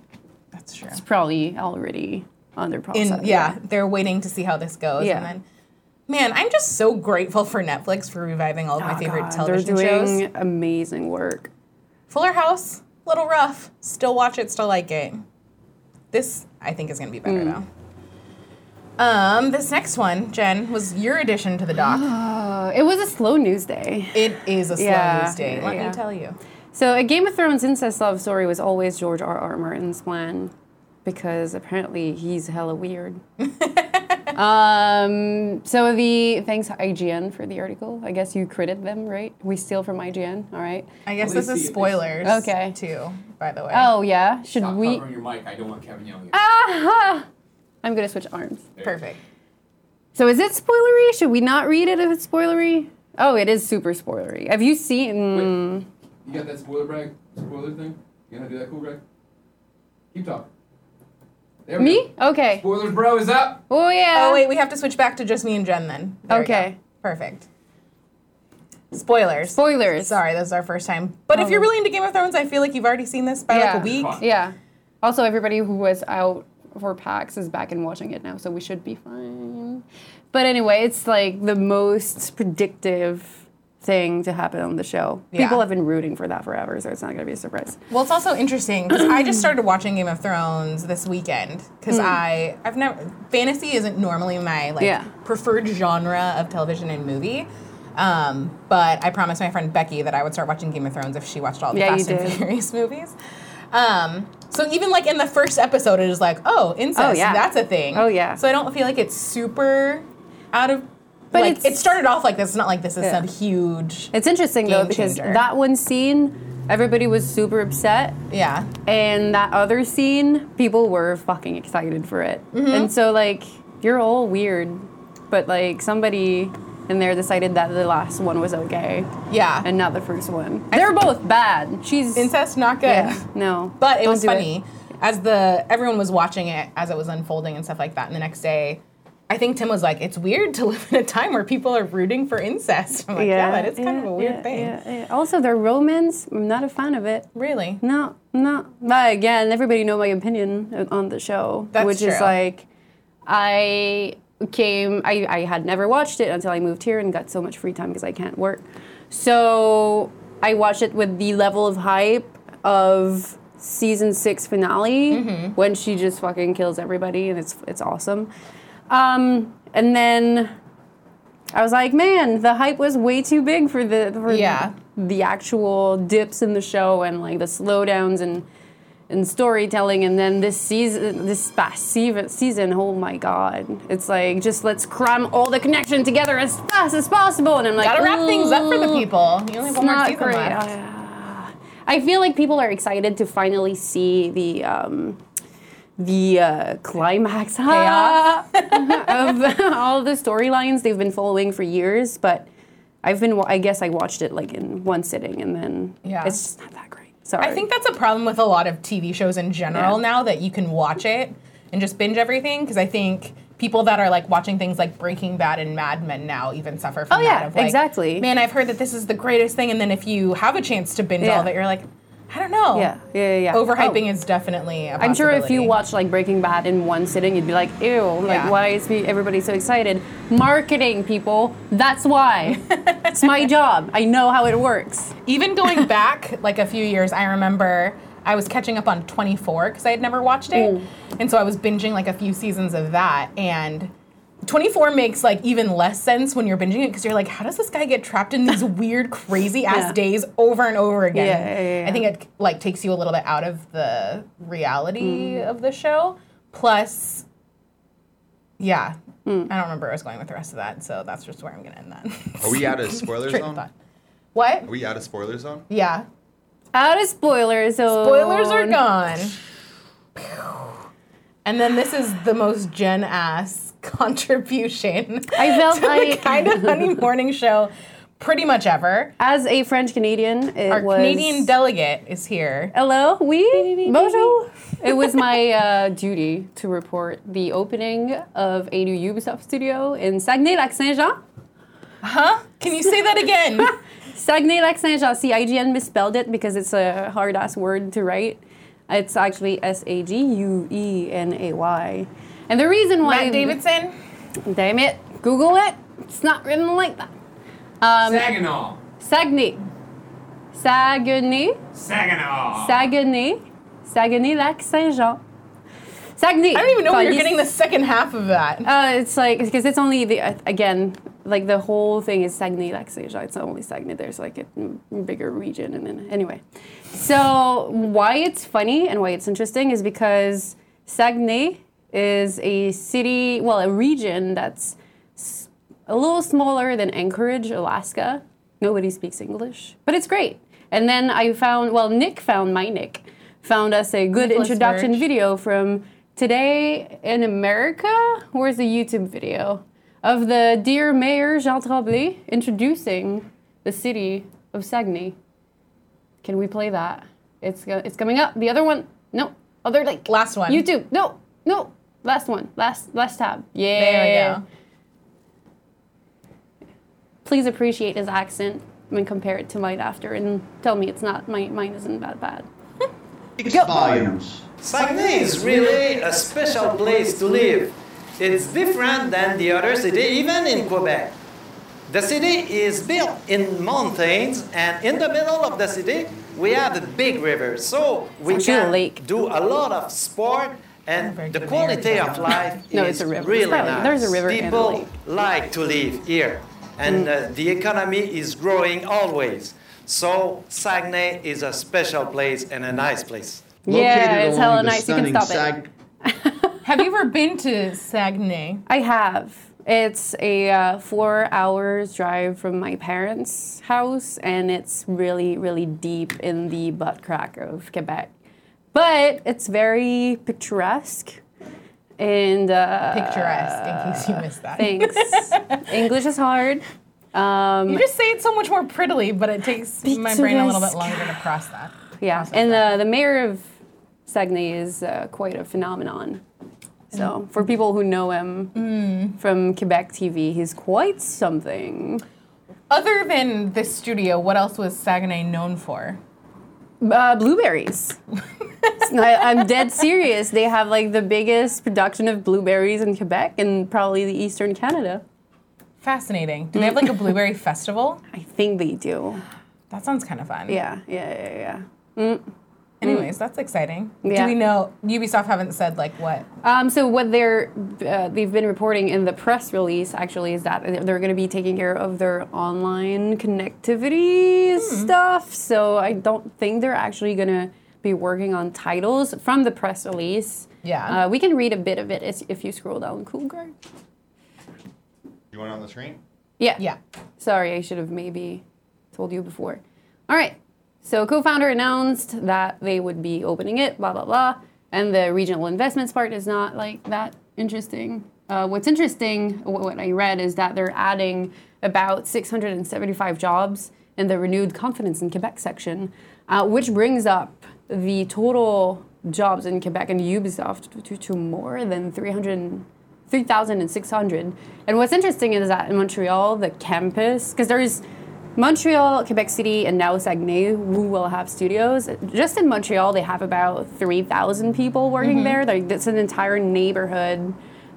A: That's true.
B: Probably already on their process.
A: In yeah, they're waiting to see how this goes.
B: Yeah.
A: And then, man, I'm just so grateful for Netflix for reviving all of my
B: Oh,
A: favorite
B: God,
A: television
B: They're doing
A: shows.
B: amazing work.
A: Fuller House, little rough. Still watch it, still like it. This I think is gonna be better
B: Hmm.
A: though. Um, this next one, Jen, was your addition to the
B: [gasps]
A: doc.
B: Uh, it was a slow news day.
A: it is a slow
B: Yeah,
A: news day. Let
B: yeah.
A: me tell you.
B: So, a Game of Thrones incest love story was always George R. R. Martin's plan because apparently he's hella weird. um, so, the thanks IGN for the article. I guess you critted them, right? We steal from IGN, all right?
A: I guess this
C: Please see it,
A: is
C: please.
A: spoilers.
B: Okay.
A: Too, by the way.
B: Oh, yeah. Should
C: Stop
B: we? Ah,
C: covering your mic. I don't want Kevin yelling. At
B: Aha! [laughs] I'm going to switch arms.
C: you.
A: perfect.
B: So, is it spoilery? Should we not read it if it's spoilery? Oh, it is super spoilery. Have you seen?
C: Wait. You got that spoiler brag, spoiler thing? You gonna do that cool brag? Keep talking. There we
B: Me?
C: go.
B: Okay.
C: Spoilers, bro, is up.
B: Oh yeah.
A: Oh wait, we have to switch back to just me and Jen then. There we go.
B: Okay.
A: Perfect. Spoilers.
B: Spoilers.
A: Sorry, this is our first time. But if you're really into Game of Thrones, I feel like you've already seen this by
B: Oh. Yeah.
A: like a week.
C: Fine.
B: Yeah. Also, everybody who was out for PAX is back and watching it now, so we should be fine. But anyway, it's like the most predictive thing to happen on the show.
A: Yeah.
B: People have been rooting for that forever, so it's not going to be a surprise.
A: Well, it's also interesting because I
B: [clears throat]
A: just started watching Game of Thrones this weekend because I I've never fantasy isn't normally my like
B: Hmm. Yeah.
A: preferred genre of television and movie. Um, but I promised my friend Becky that I would start watching Game of Thrones if she watched all the
B: Yeah,
A: Fast
B: you
A: and
B: did.
A: Furious [laughs] movies. Um, so even like in the first episode, it is like, oh, incest,
B: Oh, yeah.
A: that's a thing.
B: Oh, yeah.
A: So I don't feel like it's super out of.
B: But
A: But like,
B: it's-
A: it started off like this. It's not like this is
B: Yeah.
A: some huge.
B: It's interesting, though,
A: Game
B: because
A: changer.
B: that one scene, everybody was super upset.
A: yeah.
B: And that other scene, people were fucking excited for it.
A: Mm-hmm.
B: And so, like, you're all weird, but like, somebody in there decided that the last one was okay
A: Yeah.
B: and not the first one. They're both bad. She's
A: incest, not good.
B: Yeah, no.
A: [laughs] But it
B: Don't
A: was
B: do
A: funny as the everyone was watching it as it was unfolding and stuff like that. And the next day, I think Tim was like, it's weird to [laughs] live in a time where people are rooting for incest. I'm like, yeah, that is kind of a weird
B: yeah,
A: thing.
B: yeah, yeah. Also, their romance, I'm not a fan of it.
A: Really?
B: No, no. But again, everybody know my opinion on the show,
A: That's
B: which is
A: true.
B: like, I came, I, I had never watched it until I moved here and got so much free time because I can't work. So I watched it with the level of hype of season six finale
A: Mm-hmm.
B: when she just fucking kills everybody and it's it's awesome. Um, and then I was like, man, the hype was way too big for the for
A: Yeah.
B: the actual dips in the show and like the slowdowns and and storytelling. And then this season, this past se- season, oh my god, it's like just let's cram all the connection together as fast as possible. And I'm like,
A: Gotta wrap things up for the
B: "Ooh,
A: people. You only have
B: It's
A: one more
B: not
A: season
B: great.
A: left.
B: Ah. I feel like people are excited to finally see the. Um, the uh, climax
A: Payoff.
B: [laughs] of [laughs] all the storylines they've been following for years, but I've been, wa- I guess I watched it like in one sitting and then
A: Yeah.
B: it's just not that great. Sorry.
A: I think that's a problem with a lot of TV shows in general
B: Yeah.
A: now that you can watch it and just binge everything because I think people that are like watching things like Breaking Bad and Mad Men now even suffer from
B: Oh,
A: that
B: yeah,
A: of like,
B: exactly.
A: Man, I've heard that this is the greatest thing, and then if you have a chance to binge
B: Yeah.
A: all of it, you're like, I don't know.
B: Yeah, yeah, yeah, yeah.
A: Overhyping
B: Oh.
A: is definitely. A
B: I'm sure if you
A: possibility.
B: watch like Breaking Bad in one sitting, you'd be like, ew,
A: Yeah.
B: like why is me- everybody so excited? Marketing people,
A: [laughs]
B: that's why. it's my job. I know how it works.
A: even going back like a few years, I remember I was catching up on 24 because I had never watched it.
B: Mm.
A: And so I was binging like a few seasons of that. And 24 makes like even less sense when you're binging it because you're like, how does this guy get trapped in
B: [laughs]
A: these weird, crazy ass
B: Yeah.
A: days over and over again?
B: Yeah, yeah, yeah,
A: I think it like takes you a little bit out of the reality
B: Mm.
A: of the show. Plus, yeah,
B: Mm.
A: I don't remember where I was going with the rest of that. So that's just where I'm going to end that.
H: Are we out of
A: [laughs]
H: spoiler
A: Train of
H: Oh, zone?
A: thought.
H: Are
A: What?
H: we out of spoiler zone?
A: Yeah.
B: Out of spoilers. So
A: Spoilers are gone. And then this is the most Gen ass [laughs] contribution
B: I felt
A: to the
B: like
A: kind of
B: [laughs]
A: honey morning show pretty much ever.
B: as a French Canadian, it
A: Our
B: was
A: Canadian delegate is here.
B: Hello, we bonjour. [laughs] It was my uh, duty to report the opening of a new Ubisoft studio in Saguenay-Lac-Saint-Jean.
A: Huh? Can you say that
B: [laughs]
A: again?
B: Saguenay-Lac-Saint-Jean. See, IGN misspelled it because it's a hard-ass word to write. It's actually E S-A-G-U-E-N-A-Y. And the reason why...
A: Matt Davidson?
B: Damn it. Google it. It's not written like that. Um,
C: Saginaw.
B: Saguenay. Saguenay.
C: Saginaw.
B: Saguenay. Saguenay-Lac-Saint-Jean. Saguenay.
A: I don't even know where you're
B: Calisse.
A: getting the second half of that.
B: Uh, it's like because it's only the uh, again like the whole thing is Saguenay Lac Saint Jean. It's not only Saguenay. There's like a m- bigger region, and then anyway. So why it's funny and why it's interesting is because Saguenay is a city, well, a region that's s- a little smaller than Anchorage, Alaska. Nobody speaks English, but it's great. And then I found, well, Nick found my Nick found us a good
A: Nicholas
B: introduction
A: Birch.
B: video from today in America. Where's the YouTube video of the dear Mayor Jean Tremblay introducing the city of Saguenay? Can we play that? It's go- it's coming up. The other one, no, other like
A: Last one.
B: YouTube, no, no, last one, last last tab. Yeah,
A: There we go.
B: Eh. please appreciate his accent and compare it to mine after and tell me it's not my, mine isn't that bad
I: volumes. Saguenay is really a special place to live. It's different than the other city, even in Quebec. The city is built in mountains, and in the middle of the city, we have a big river. So we
B: It's actually a
I: can
B: lake.
I: do a lot of sport,
A: Very
I: and the
A: good
I: quality
A: mayor.
I: of life
B: No,
I: is
B: it's a river.
I: really
B: It's probably-
I: nice.
B: there's a river and a
I: People
B: lake.
I: like to live here, and uh, the economy is growing always. So Saguenay is a special place and a nice place.
B: yeah
J: Located
B: it's
J: along
B: hella
J: the
B: nice you can
J: stunning
B: stop it
J: Sag-
A: Have you ever been to Saguenay?
B: i have it's a uh, four hours drive from my parents house and it's really really deep in the butt crack of quebec but it's very picturesque and uh,
A: Picturesque, in case you missed that.
B: [laughs] thanks english is hard um,
A: You just say it so much more prettily, but it takes my brain a little bit
B: Picturesque.
A: longer to cross that.
B: Yeah, and uh, the mayor of Saguenay is uh, quite a phenomenon. So for people who know him from Quebec TV, he's quite something.
A: Other than this studio, what else was Saguenay known for? [laughs]
B: Uh, blueberries. I, am dead serious. They have like the biggest production of blueberries in Quebec and probably the Eastern Canada.
A: Fascinating. Do they have like a blueberry [laughs] festival?
B: I think they do.
A: That sounds kind of fun.
B: Yeah, yeah, yeah, yeah.
A: Anyways, that's exciting. Do
B: Yeah.
A: we know Ubisoft haven't said like what?
B: Um, so what they're uh, they've been reporting in the press release actually is that they're going to be taking care of their online connectivity stuff. So I don't think they're actually going to be working on titles from the press release.
A: Yeah.
B: uh, we can read a bit of it as, if you scroll down. Cool, Greg.
H: You went on the train?
B: Yeah. [laughs]
A: Yeah.
B: Sorry, I should have maybe told you before. All right. So, co founder announced that they would be opening it, blah, blah, blah. And the regional investments part is not like that interesting. Uh, what's interesting, wh- what I read, is that they're adding about 675 jobs in the renewed confidence in Quebec section, uh, which brings up the total jobs in Quebec and Ubisoft to, to, to more than 300. 3,600. And what's interesting is that in Montreal, the campus, because there's Montreal, Quebec City, and now Saguenay, who will have studios. Just in Montreal, they have about 3,000 people working there. Like, that's an entire neighborhood,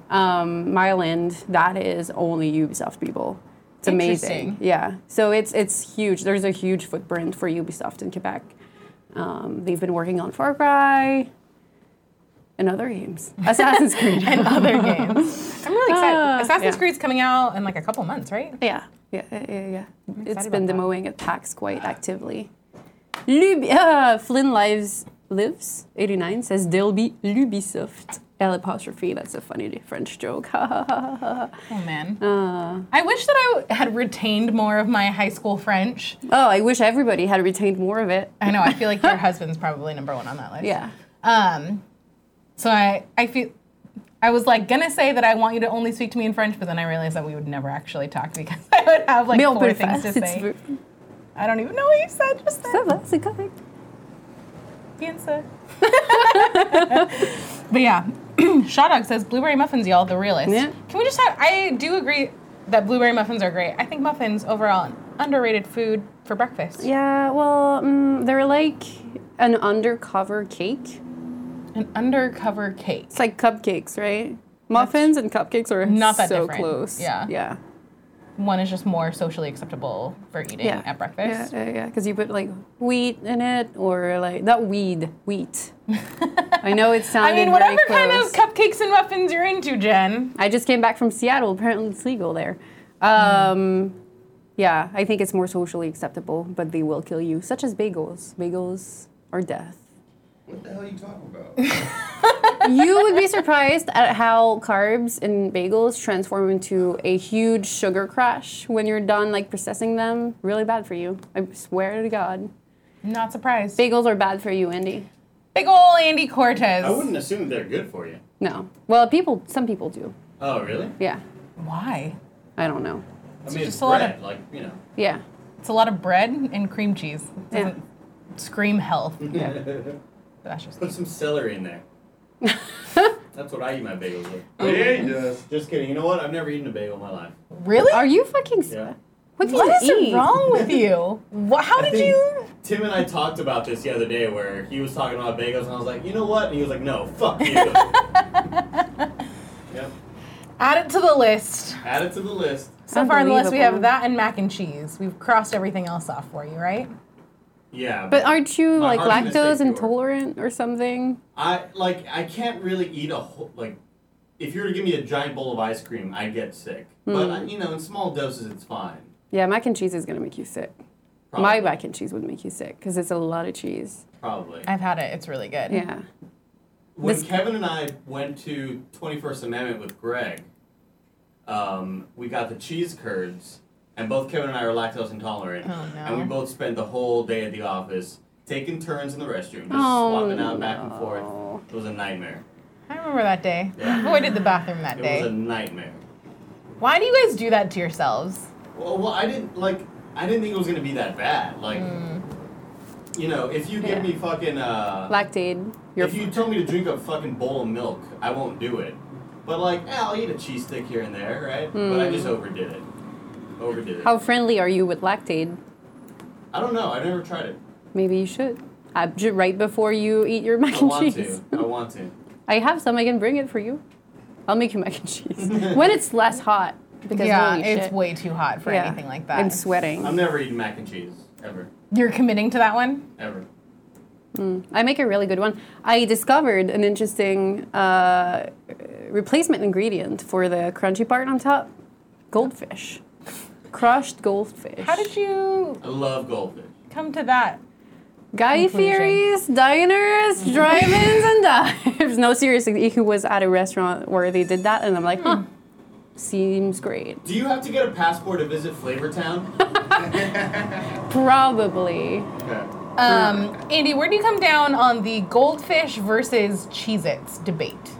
B: um, Mile End, that is only Ubisoft people. It's
A: Interesting.
B: amazing. Yeah. So it's, it's huge. There's a huge footprint for Ubisoft in Quebec. Um, they've been working on Far Cry and other games, Assassin's Creed.
A: And [laughs] other games. I'm really excited.
B: Ah,
A: Assassin's
B: yeah.
A: Creed's coming out in like a couple months, right?
B: Yeah, yeah, yeah, yeah. yeah. It's
A: excited
B: been
A: about
B: demoing at PAX quite actively. Lub- uh, Flynn Lives Lives 89 says they'll be Ubisoft. L apostrophe. That's a funny French joke. [laughs] oh,
A: Oh man.
B: Ah.
A: I wish that I w- had retained more of my high school French.
B: I wish everybody had retained more of it.
A: I know. I feel like
B: [laughs]
A: your husband's probably number one on that list.
B: Yeah.
A: Um, so I I feel. I was like gonna say that I want you to only speak to me in French, but then I realized that we would never actually talk [laughs] because I would have like
B: Mais on
A: four
B: peut le
A: things to
B: faire. C'est-
A: say.
B: tu veux-
A: I don't even know what you said just
B: Ça
A: then.
B: va, c'est correct.
A: Piensa. [laughs] but yeah, [clears throat] Shawdog says blueberry muffins, y'all, the realest.
B: Yeah.
A: Can we just have? I do agree that blueberry muffins are great. I think muffins overall an underrated food for breakfast.
B: Yeah, well, mm, they're like an undercover cake.
A: An undercover cake.
B: It's like cupcakes, right? Muffins and cupcakes are
A: Not that
B: so
A: different.
B: close.
A: Yeah.
B: Yeah.
A: One is just more socially acceptable for eating at breakfast.
B: Yeah, yeah, yeah. Because you put like wheat in it, or like not weed,
A: [laughs]
B: wheat. I know it sounded.
A: I mean,
B: very
A: whatever kind of
B: close.
A: cupcakes and muffins you're into, Jen.
B: I just came back from Seattle. Apparently, it's legal there. Um, Yeah, I think it's more socially acceptable, but they will kill you, such as bagels. Bagels are death.
H: What the hell are you talking about?
B: you would be surprised at how carbs in bagels transform into a huge sugar crash when you're done like processing them. Really bad for you. I swear to God.
A: Not surprised. Big,
B: Bagels are bad for you, Andy.
A: big ol' Andy Cortez.
J: I wouldn't assume they're good for you.
B: No. Well, people, some people do.
J: Oh, really?
B: Yeah.
A: Why?
B: I don't know.
J: I mean, it's
A: just a lot
J: bread,
A: of-
J: like you know.
B: Yeah.
A: It's a lot of bread and cream cheese. It
B: Yeah.
A: doesn't scream
J: [laughs]
A: health.
B: Yeah.
A: That's just-
J: Put some celery
A: [laughs]
J: in there. That's what I eat my bagels with.
H: yeah, he does.
J: Just kidding. You know what? I've never eaten a bagel in my life.
A: Really?
B: Are you fucking. s-
J: Yeah.
B: What do
A: What is
B: you eat?
A: wrong
B: [laughs]
A: with you? Wha how
J: I
A: did
J: think-
A: you?
J: Tim and I talked about this the other day where he was talking about bagels and I was like, you know what? And he was like, no,
A: [laughs]
J: fuck you. yep.
A: Add it to the list.
J: Add it to the list.
A: So far on the list, we have
B: Unbelievable.
A: that and mac and cheese. We've crossed everything else off for you, right?
J: Yeah.
B: But aren't you
J: My
B: like
J: argument is they
B: lactose
J: do it.
B: intolerant or something?
J: I like I can't really eat a whole like if you were to give me a giant bowl of ice cream, I'd get sick. But I, you know, in small doses it's fine.
B: Hmm. Yeah, mac and cheese is gonna make you sick. My
J: Probably.
B: mac and cheese would make you sick because it's a lot of cheese.
J: Probably.
A: I've had it. It's really
J: Hmm.
A: good.
B: Yeah.
J: when
B: This-
J: Kevin and I went to 21st Amendment with Greg, um, we got the cheese curds, and both Kevin and I are lactose intolerant.
A: Oh, no.
J: And we both spent the whole day at the office taking turns in the restroom, just
B: Oh,
J: swapping out back and
B: no.
J: forth. It was a nightmare.
A: I remember that day. I
J: Yeah.
A: avoided the bathroom that
J: It
A: day.
J: was a nightmare.
A: Why do you guys do that to yourselves?
J: Well, well, I didn't like. I didn't think it was gonna be that bad. Like, you know, if you
B: Yeah.
J: give me fucking uh,
B: Lactaid. You're
J: if you tell me to drink a fucking bowl of milk, I won't do it. But like, eh, I'll eat a cheese stick here and there, right? But I
A: Hmm.
J: just
B: Mm.
J: overdid it. Overdid it.
B: How friendly are you with lactaid?
J: I don't know. I've never tried it.
B: Maybe you should. Uh, j- right before you eat your mac
J: I
B: and
J: want
B: cheese.
J: to. I want to.
B: I have some. I can bring it for you. I'll make you [laughs] mac and cheese when it's less hot. Because
A: yeah,
B: holy
A: it's
B: shit.
A: way too hot for
B: Yeah.
A: anything like that.
B: I'm sweating.
J: I'm never eating mac and cheese ever,
A: You're committing to that one?
J: ever.
B: Mm, I make a really good one. I discovered an interesting uh, replacement ingredient for the crunchy part on top: goldfish, crushed goldfish.
A: How did you
J: I love goldfish.
A: come to that?
B: Guy
A: Conclusion.
B: Fieri's diners, drive-ins, and [laughs] dives. No, seriously, he was at a restaurant where they did that, and I'm like, huh, seems great.
J: Do you have to get a passport to visit
B: [laughs]
J: Flavortown?
B: Probably.
J: Okay.
A: Um, Andy, where do you come down on the goldfish versus Cheez Its debate?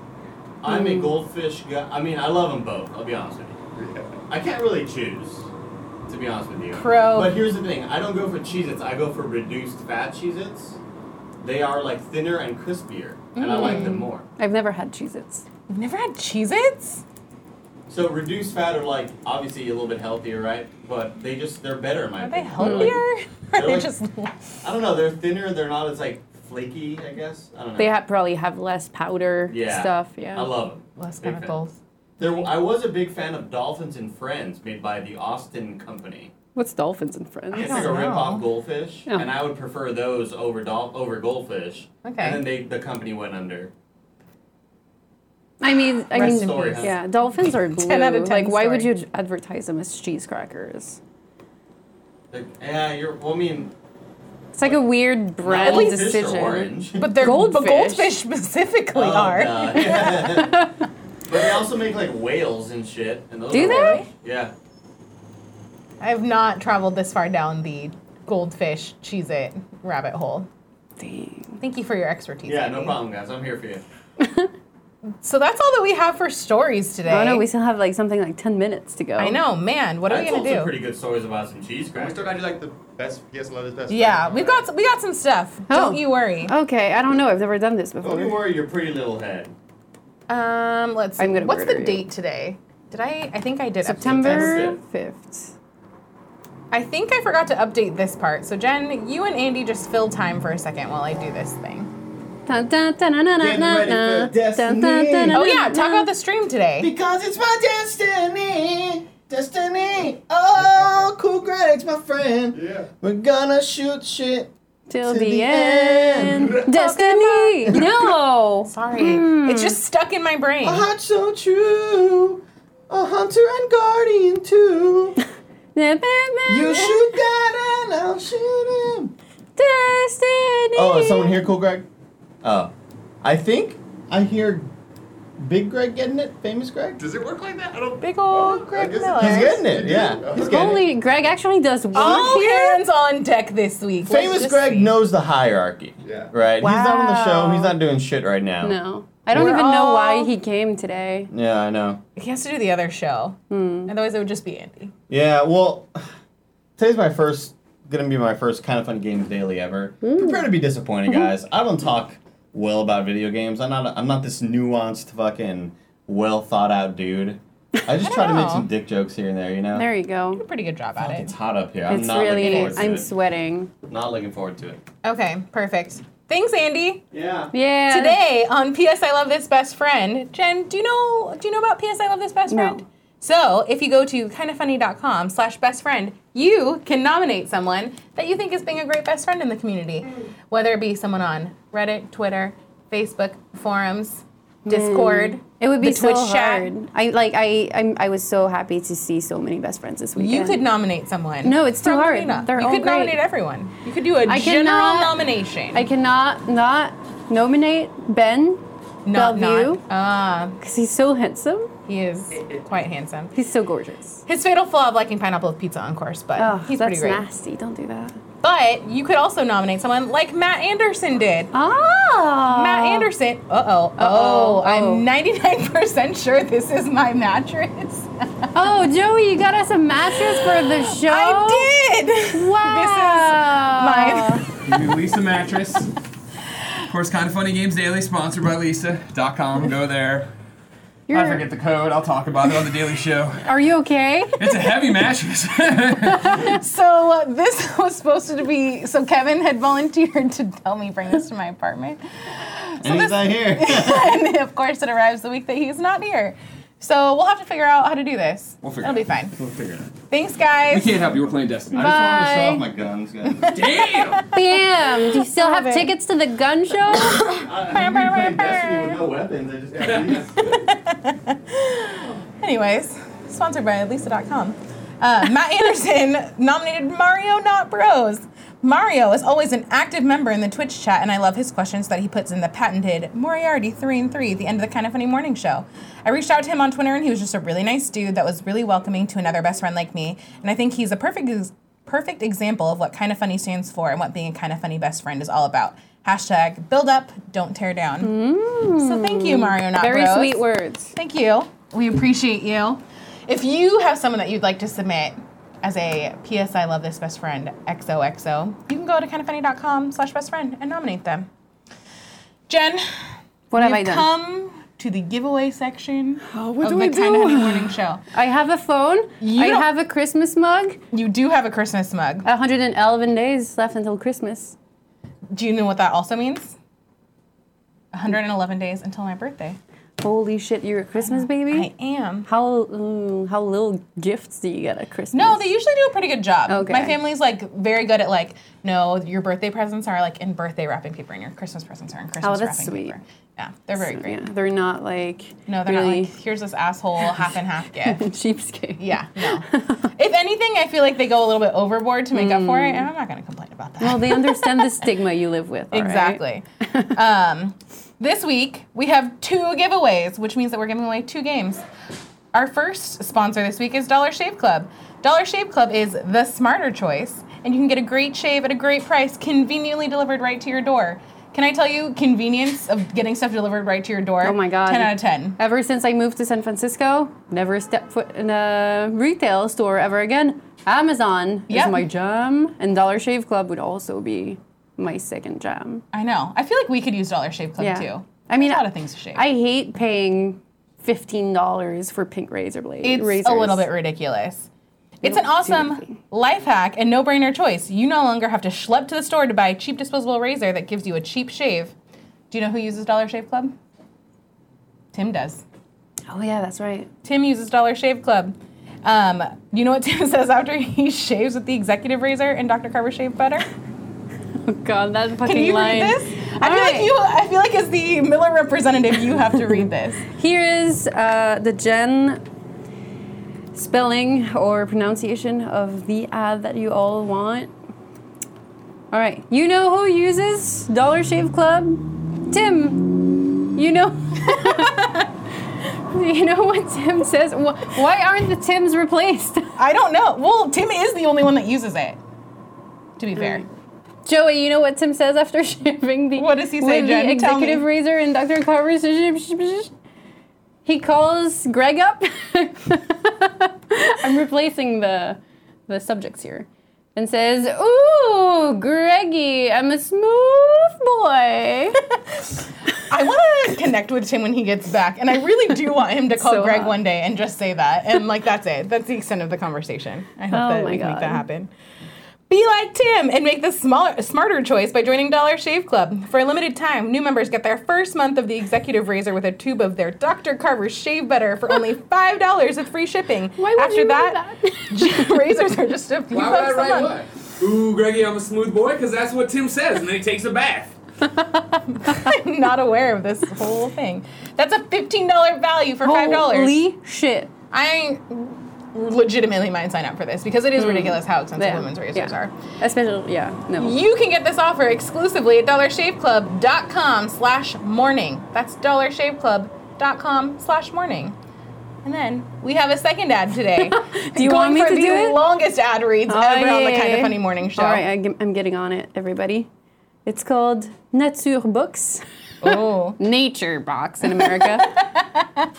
J: I'm a
A: Mm.
J: goldfish guy. I mean, I love them both. I'll be honest with you. I can't really choose, to be honest with you.
A: Pro-
J: But here's the thing: I don't go for Cheez-Its. I go for reduced fat Cheez-Its. They are like thinner and crispier, and I like them
B: Mm.
J: more.
B: I've never had Cheez-Its.
A: You've never had Cheez-Its?
J: So reduced fat are like obviously a little bit healthier, right? But they just they're better in my
A: Are they
J: opinion.
A: healthier? [laughs]
J: They're
A: Are they
J: like-
A: just
J: I don't know. They're thinner. They're not as like flaky. I guess I don't know.
B: They ha- probably have less powder
J: yeah.
B: stuff. Yeah.
J: I love them.
A: less
J: Big fan.
A: chemicals?
J: There, w- I was a big fan of Dolphins and Friends, made by the Austin Company.
B: What's dolphins and friends?
J: It's like a rip off goldfish,
B: Oh.
J: and I would prefer those over dol- over goldfish.
B: Okay.
J: And then they the company went under.
B: I mean, I
J: Rest
B: mean,
J: in Story, peace. huh?
B: yeah,
A: [laughs]
B: dolphins are blue.
A: 10 out of 10
B: like, why would you
A: story.
B: j- advertise them as cheese crackers?
J: Like, yeah, you're. Well, I mean,
B: It's like a weird brand
J: least- Fish are
B: decision.
A: [laughs]
J: orange.
A: But they're
B: goldfish.
A: But goldfish specifically
J: Oh,
A: are. [laughs]
J: God. uh, but they also make like whales and shit. And those
A: Do
J: are
A: they?
J: orange. Yeah.
A: I have not traveled this far down the goldfish Cheez It rabbit hole.
B: Dang.
A: Thank you for your expertise.
J: Yeah, no
A: Andy.
J: problem, guys. I'm here for you.
A: So that's all that we have for stories today.
B: Oh no, we still have like something like ten minutes to go.
A: I know, man. What are
J: I
A: we
J: told
A: gonna
J: some
A: do?
J: Oh. pretty good stories about some cheese
H: We
J: crackers.
H: still got you like the best PS Love is best.
A: yeah, we've got we got some stuff. Don't
B: Oh.
A: you worry.
B: Okay, I don't know. I've never done this before.
J: Don't you worry your pretty little head.
A: Um, let's. See.
B: Oh. I'm gonna
A: What's the
B: murder you.
A: date today? Did I? I think I did. update this.
B: September fifth.
A: I think I forgot to update this part. So Jen, you and Andy just fill time for a second while I do this thing.
B: Dun, dun, dun, dun, dun, dun,
J: Get ready
B: dun,
J: for
B: dun, dun, dun, dun,
A: Oh yeah,
B: dun,
A: talk
B: dun.
A: about the stream today.
J: Because it's my destiny, destiny. Oh, cool Greg's my friend.
H: Yeah.
J: We're gonna shoot shit.
B: till
J: to
B: the,
J: the
B: end. Destiny.
J: [laughs]
B: no.
A: Sorry,
B: Hmm.
A: it's just stuck in my brain.
J: so true. A hunter and guardian too. that
A: [laughs]
J: and I'll shoot him.
B: Destiny.
J: Oh, is someone here, Cool Greg? Oh, I think I hear Big Greg getting it. Famous Greg.
H: Does it work like that? I don't.
A: Big old Greg
H: guess it-
A: Miller.
J: He's getting it. Yeah. He's getting it.
B: Holy, Greg actually does work
A: All
B: here.
A: hands on deck this week. Let's
J: Famous
A: just
J: Greg
A: see.
J: knows the hierarchy.
H: Yeah.
J: Right. He's not on the show.
A: Wow.
J: He's not doing shit right now.
B: No, I don't
A: We're
B: even know why
A: all-
B: he came today.
J: Yeah, I know.
A: He has to do the other show.
B: Hmm.
A: Otherwise, it would just be Andy.
J: Yeah, well, [sighs] today's my first, gonna be my first kind of fun games daily ever. Prepare to be disappointed,
B: Mm-hmm.
J: guys. I don't talk well about video games. I'm not. I'm not this nuanced fucking well thought out dude. I
B: [laughs]
J: just
A: I
J: try to make
A: know.
J: some dick jokes here and there, you know.
B: There you go.
A: Pretty good job
J: Fuck,
A: at it.
J: It's hot up here. I'm
B: it's
J: not looking
B: really.
J: forward to
B: I'm
J: it.
B: sweating.
J: not looking forward to it.
A: Okay, perfect. Thanks, Andy.
J: Yeah.
B: Yeah.
A: Today on PS I Love This Best Friend, Jen, do you know do you know about PS I Love This Best
B: No.
A: Friend? So if you go to kindoffunny.com slash best friend, you can nominate someone that you think is being a great best friend in the community.
B: Mm.
A: Whether it be someone on Reddit, Twitter, Facebook, forums, Discord.
B: Mm. It would be
A: the
B: so
A: Twitch chat.
B: hard. I like. I. I'm, I was so happy to see so many best friends this weekend.
A: You could nominate someone.
B: No, it's too
A: from
B: hard.
A: Arena.
B: They're
A: you
B: all
A: could
B: great.
A: nominate everyone. You could do a
B: I
A: general
B: cannot-
A: nomination.
B: I cannot not nominate Ben
A: not,
B: Bellevue
A: not. Ah,
B: because he's so handsome.
A: he is quite handsome.
B: He's so gorgeous.
A: His fatal flaw of liking pineapple with pizza, on course, but
B: Oh,
A: he's
B: that's
A: pretty great.
B: nasty. Don't do that.
A: But you could also nominate someone like Matt Anderson did.
B: Ah.
A: Matt Anderson. Uh oh. Oh,
B: Uh-oh. Oh.
A: I'm 99% [laughs] sure this is my mattress.
B: Oh, Joey, you got us a mattress for the show.
A: I did.
B: Wow.
A: This is my.
K: Lisa mattress. Of course, kind of funny games daily, sponsored by Lisa.com. Go there.
B: You're-
C: I forget the code. I'll talk about it on the Daily Show.
B: Are you okay?
C: It's a heavy mattress.
A: [laughs]
C: [laughs]
A: so uh, this [laughs] was supposed to be. So Kevin had volunteered to help me bring this to my apartment.
J: and he's
A: [laughs]
J: not here.
A: and of course, it arrives the week that he's not here. So we'll have to figure out how to do this.
C: We'll figure
A: It'll
C: it
A: be fine.
C: We'll figure it out.
A: Thanks, guys.
C: We can't help you. We're playing Destiny.
A: [laughs]
J: I just wanted to
B: Bye.
J: show off my guns, guys.
A: [laughs]
B: Bam! Do you still have tickets to the gun show?
J: Destiny with no weapons. I just
A: [laughs]
J: got these.
A: Anyways, sponsored by Lisa.com. Uh, Matt Anderson [laughs] nominated Mario Not Bros. Mario is always an active member in the Twitch chat, and I love his questions that he puts in the patented Moriarty 3 and 3, the end of the Kind of Funny Morning Show. I reached out to him on Twitter, and he was just a really nice dude that was really welcoming to another best friend like me, and I think he's a perfect ex- perfect example of what Kind of Funny stands for and what being a Kind of Funny best friend is all about. Hashtag build up, don't tear down. So thank you, Mario Not
B: Mm. Very
A: Bros.
B: sweet words.
A: Thank you. We appreciate you. If you have someone that you'd like to submit as a PS I love this best friend XOXO, you can go to kindoffunny.com slash best friend and nominate them. Jen,
B: What have
A: we've
B: I done?
A: come to the giveaway section
B: Oh, what
A: of
B: do
A: the
B: we
A: Kinda
B: do?
A: Honey Morning Show.
B: I have a phone.
A: You
B: I
A: don't-
B: have a Christmas mug.
A: You do have a Christmas mug.
B: 111 days left until Christmas.
A: Do you know what that also means? 111 days until my birthday.
B: Holy shit, you're a Christmas
A: I
B: baby?
A: am.
B: How ooh, how little gifts do you get at Christmas?
A: No, they usually do a pretty good job.
B: Okay.
A: My family's like very good at like, no, your birthday presents are like in birthday wrapping paper and your Christmas presents are in Christmas
B: Oh, that's
A: wrapping
B: sweet.
A: paper. Yeah, they're very great.
B: Yeah, they're not like
A: No, they're
B: really
A: not like, here's this asshole half and
B: [laughs]
A: half gift.
B: cheapskate.
A: Yeah,
B: [laughs]
A: no. if anything, I feel like they go a little bit overboard to make up for it, and I'm not going to complain about that.
B: Well, they understand the stigma you live with. all right?
A: Exactly. [laughs] um, this week we have two giveaways, which means that we're giving away two games. Our first sponsor this week is Dollar Shave Club. Dollar Shave Club is the smarter choice, and you can get a great shave at a great price, conveniently delivered right to your door. Can I tell you convenience of getting stuff delivered right to your door?
B: Oh my god.
A: Ten out of ten.
B: Ever since I moved to San Francisco, never stepped foot in a retail store ever again. Amazon
A: Yep.
B: is my jam, and Dollar Shave Club would also be my second jam.
A: I know. I feel like we could use Dollar Shave Club
B: Yeah.
A: too.
B: I mean,
A: There's a lot of things to shave.
B: I hate paying fifteen dollars for pink razor blades.
A: It's
B: razors.
A: a little bit ridiculous. It's an
B: don't do
A: awesome
B: anything.
A: life hack and no brainer choice. You no longer have to schlep to the store to buy a cheap disposable razor that gives you a cheap shave. Do you know who uses Dollar Shave Club? Tim does.
B: Oh yeah, that's right.
A: Tim uses Dollar Shave Club. Um, you know what [laughs] Tim says after he shaves with the executive razor and Dr. Carver Shave Butter?
B: Oh god, that fucking
A: Can you
B: line.
A: read this? I
B: All
A: feel like
B: right.
A: you. I feel like as the Miller representative, you have to read this.
B: Here is uh, the Gen spelling or pronunciation of the ad that you all want. All right, you know who uses Dollar Shave Club? Tim. You know. [laughs] you know what Tim says? Wh- Why aren't the Tims replaced? [laughs]
A: I don't know. Well, Tim is the only one that uses it. To be fair.
B: Joey, you know what Tim says after [laughs] shaving the
A: What does he say,
B: with
A: Jen?
B: the
A: Tell me.
B: executive razor and Dr. Carver's He calls Greg up. [laughs] I'm replacing the the subjects here. And says, Ooh, Greggy, I'm a smooth
A: [laughs]
B: boy.
A: I want to connect with Tim when he gets back, and I really do want him
B: [laughs]
A: to call
B: So
A: Greg
B: hot.
A: one day and just say that, and like that's it. That's the extent of the conversation. I hope
B: Oh
A: that
B: my
A: we can make
B: God.
A: that happen. Be like Tim and make the smaller, smarter choice by joining Dollar Shave Club. For a limited time, new members get their first month of the executive razor with a tube of their Dr. Carver shave butter for
B: [laughs]
A: only five dollars with free shipping.
B: Why would
A: After
B: you write
A: that,
B: that?
A: razors are [laughs] just a few
C: Why would I
A: bucks a
C: write
A: month.
C: what? Ooh, Greggy, I'm a smooth boy, because that's what Tim says, and then he takes a bath.
A: [laughs] I'm not aware of this whole thing. That's a fifteen dollar value for five dollars.
B: Holy shit.
A: I legitimately might sign up for this because it is ridiculous how expensive
B: Hmm. Yeah,
A: women's razors
B: yeah.
A: are.
B: Especially, yeah, no.
A: You can get this offer exclusively at dollarshaveclub.com slash morning. That's dollarshaveclub.com slash morning. And then we have a second ad today.
B: [laughs] Do you
A: Going
B: want me
A: for
B: to
A: the
B: do it?
A: longest ad reads
B: Oh,
A: ever on the
B: yeah,
A: Kind of
B: yeah.
A: Funny Morning Show.
B: All right, I g- I'm getting on it, everybody. It's called Nature Books.
A: Oh.
B: Nature Box in America. [laughs]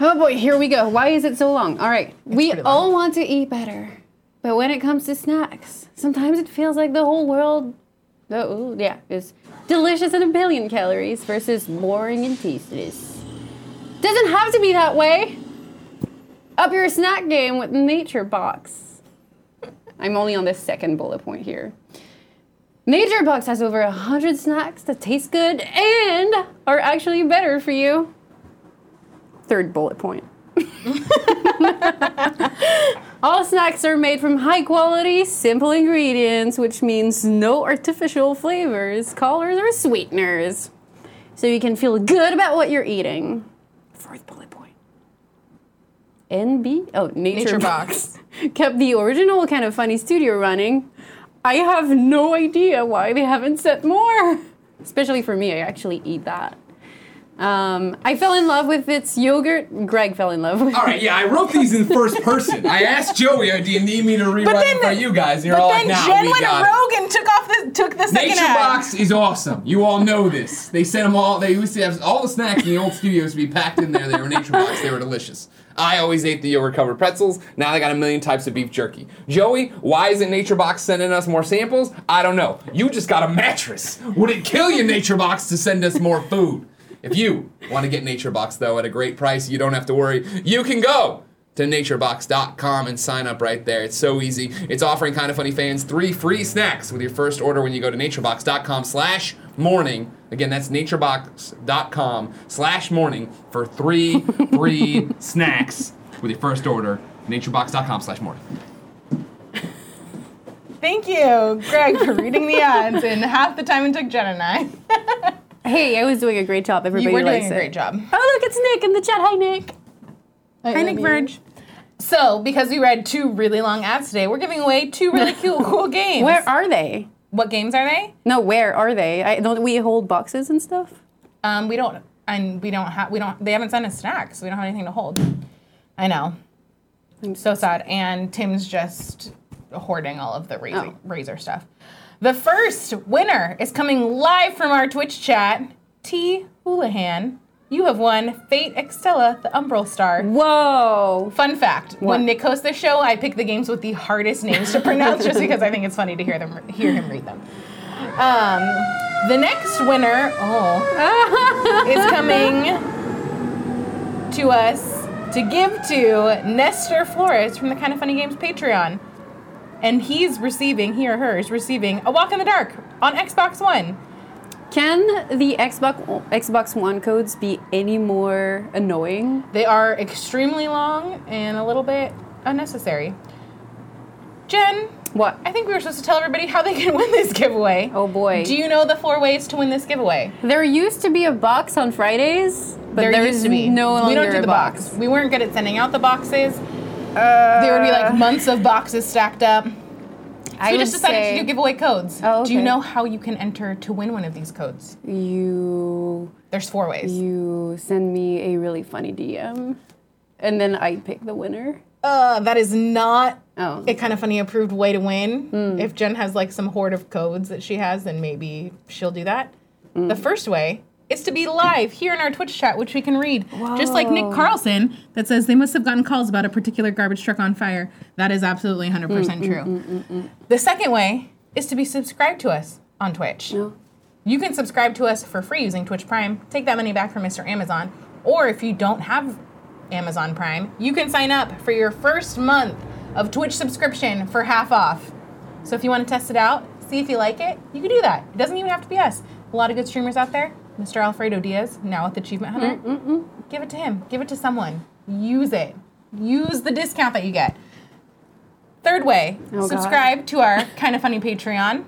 B: oh boy, here we go. Why is it so long? All right, we
A: pretty long.
B: all want to eat better, but when it comes to snacks, sometimes it feels like the whole world, oh ooh, yeah, is delicious and a billion calories versus boring and tasteless. Doesn't have to be that way. Up your snack game with Nature Box. I'm only on the second bullet point here. Nature Box has over 100 snacks that taste good and are actually better for you. Third bullet point. [laughs] All snacks are made from high quality, simple ingredients, which means no artificial flavors, colors, or sweeteners. So you can feel good about what you're eating. Fourth bullet point. NB, oh, Nature,
A: Nature
B: Box. [laughs] kept the original kind of funny studio running. I have no idea why they haven't sent more. Especially for me, I actually eat that. Um, I fell in love with its yogurt. Greg fell in love with
C: All right, yeah, I wrote these in first person. I asked Joey, uh, "Do you need me to rewrite
A: then-
C: it for you guys?" You're
A: but
C: all
A: then
C: like, "Nah,
A: Jen
C: we
A: went
C: got it."
A: rogue and took off the took the second
C: Nature
A: ad.
C: Box is awesome. You all know this. They sent them all. They used to have all the snacks in the old studios to be packed in there. They were Nature Box. They were delicious. I always ate the yogurt covered pretzels. Now they got a million types of beef jerky. Joey, why isn't Nature Box sending us more samples? I don't know. You just got a mattress. Would it kill you, Nature Box, to send us more food? If you want to get Nature Box though at a great price, you don't have to worry. You can go to naturebox.com and sign up right there. It's so easy. It's offering kind of funny fans three free snacks with your first order when you go to naturebox.com slash morning. Again, that's naturebox.com slash morning for three free snacks with your first order. Naturebox.com slash morning.
A: Thank you, Greg, for reading the ads in half the time it took Jen and I.
B: hey, I was doing a great job. Everybody
A: you were doing
B: likes
A: a
B: it.
A: great job.
B: Oh, look, it's Nick in the chat. Hi, Nick.
A: Hi, Nick Verge. So, because we read two really long ads today, we're giving away two
B: [laughs]
A: really cool, cool games.
B: Where are they?
A: What games are they?
B: No, where are they? I, don't we hold boxes and stuff?
A: Um, we don't, and we don't have, we don't. They haven't sent us snacks, so we don't have anything to hold. I know. I'm so sad. And Tim's just hoarding all of the razor,
B: Oh.
A: razor stuff. The first winner is coming live from our Twitch chat. T. Houlihan, you have won Fate Extella, the Umbral Star.
B: Whoa! [laughs]
A: Fun fact:
B: What?
A: When Nick hosts the show, I pick the games with the hardest names to pronounce, just because I think it's funny to hear them hear him read them. Um, the next winner, oh, is coming to us to give to Nestor Flores from the Kind of Funny Games Patreon, and he's receiving he or her is receiving a Walk in the Dark on Xbox One.
B: Can the Xbox Xbox One codes be any more annoying?
A: They are extremely long and a little bit unnecessary. Jen,
B: What?
A: I think we were supposed to tell everybody how they can win this giveaway.
B: Oh boy.
A: Do you know the four ways to win this giveaway?
B: there used to be a box on Fridays, but there
A: used
B: is
A: to be.
B: no longer
A: we don't do
B: a
A: the box. We weren't good at sending out the boxes.
B: Uh,
A: there would be like months of boxes stacked up. So
B: I
A: we
B: would
A: just decided
B: say
A: to do giveaway codes.
B: Oh,
A: Do you
B: okay.
A: know how you can enter to win one of these codes?
B: you
A: There's four ways.
B: you send me a really funny DM, and then I pick the winner.
A: Uh, that is not
B: Oh,
A: a kind of funny approved way to win. If Jen has like some hoard of codes that she has, then maybe she'll do that. The first way is to be live here in our Twitch chat, which we can read. Just like Nick Carlson that says they must have gotten calls about a particular garbage truck on fire. That is absolutely 100% true. The second way is to be subscribed to us on Twitch. You can subscribe to us for free using Twitch Prime. Take that money back from Mr. Amazon. Or if you don't have Amazon Prime, you can sign up for your first month of Twitch subscription for half off. So if you want to test it out, see if you like it, you can do that. It doesn't even have to be us. A lot of good streamers out there. Mr. Alfredo Diaz, now with Achievement Hunter. Give it to him. Give it to someone. Use it. Use the discount that you get. Third way,
B: God.
A: subscribe to our Kind of Funny Patreon.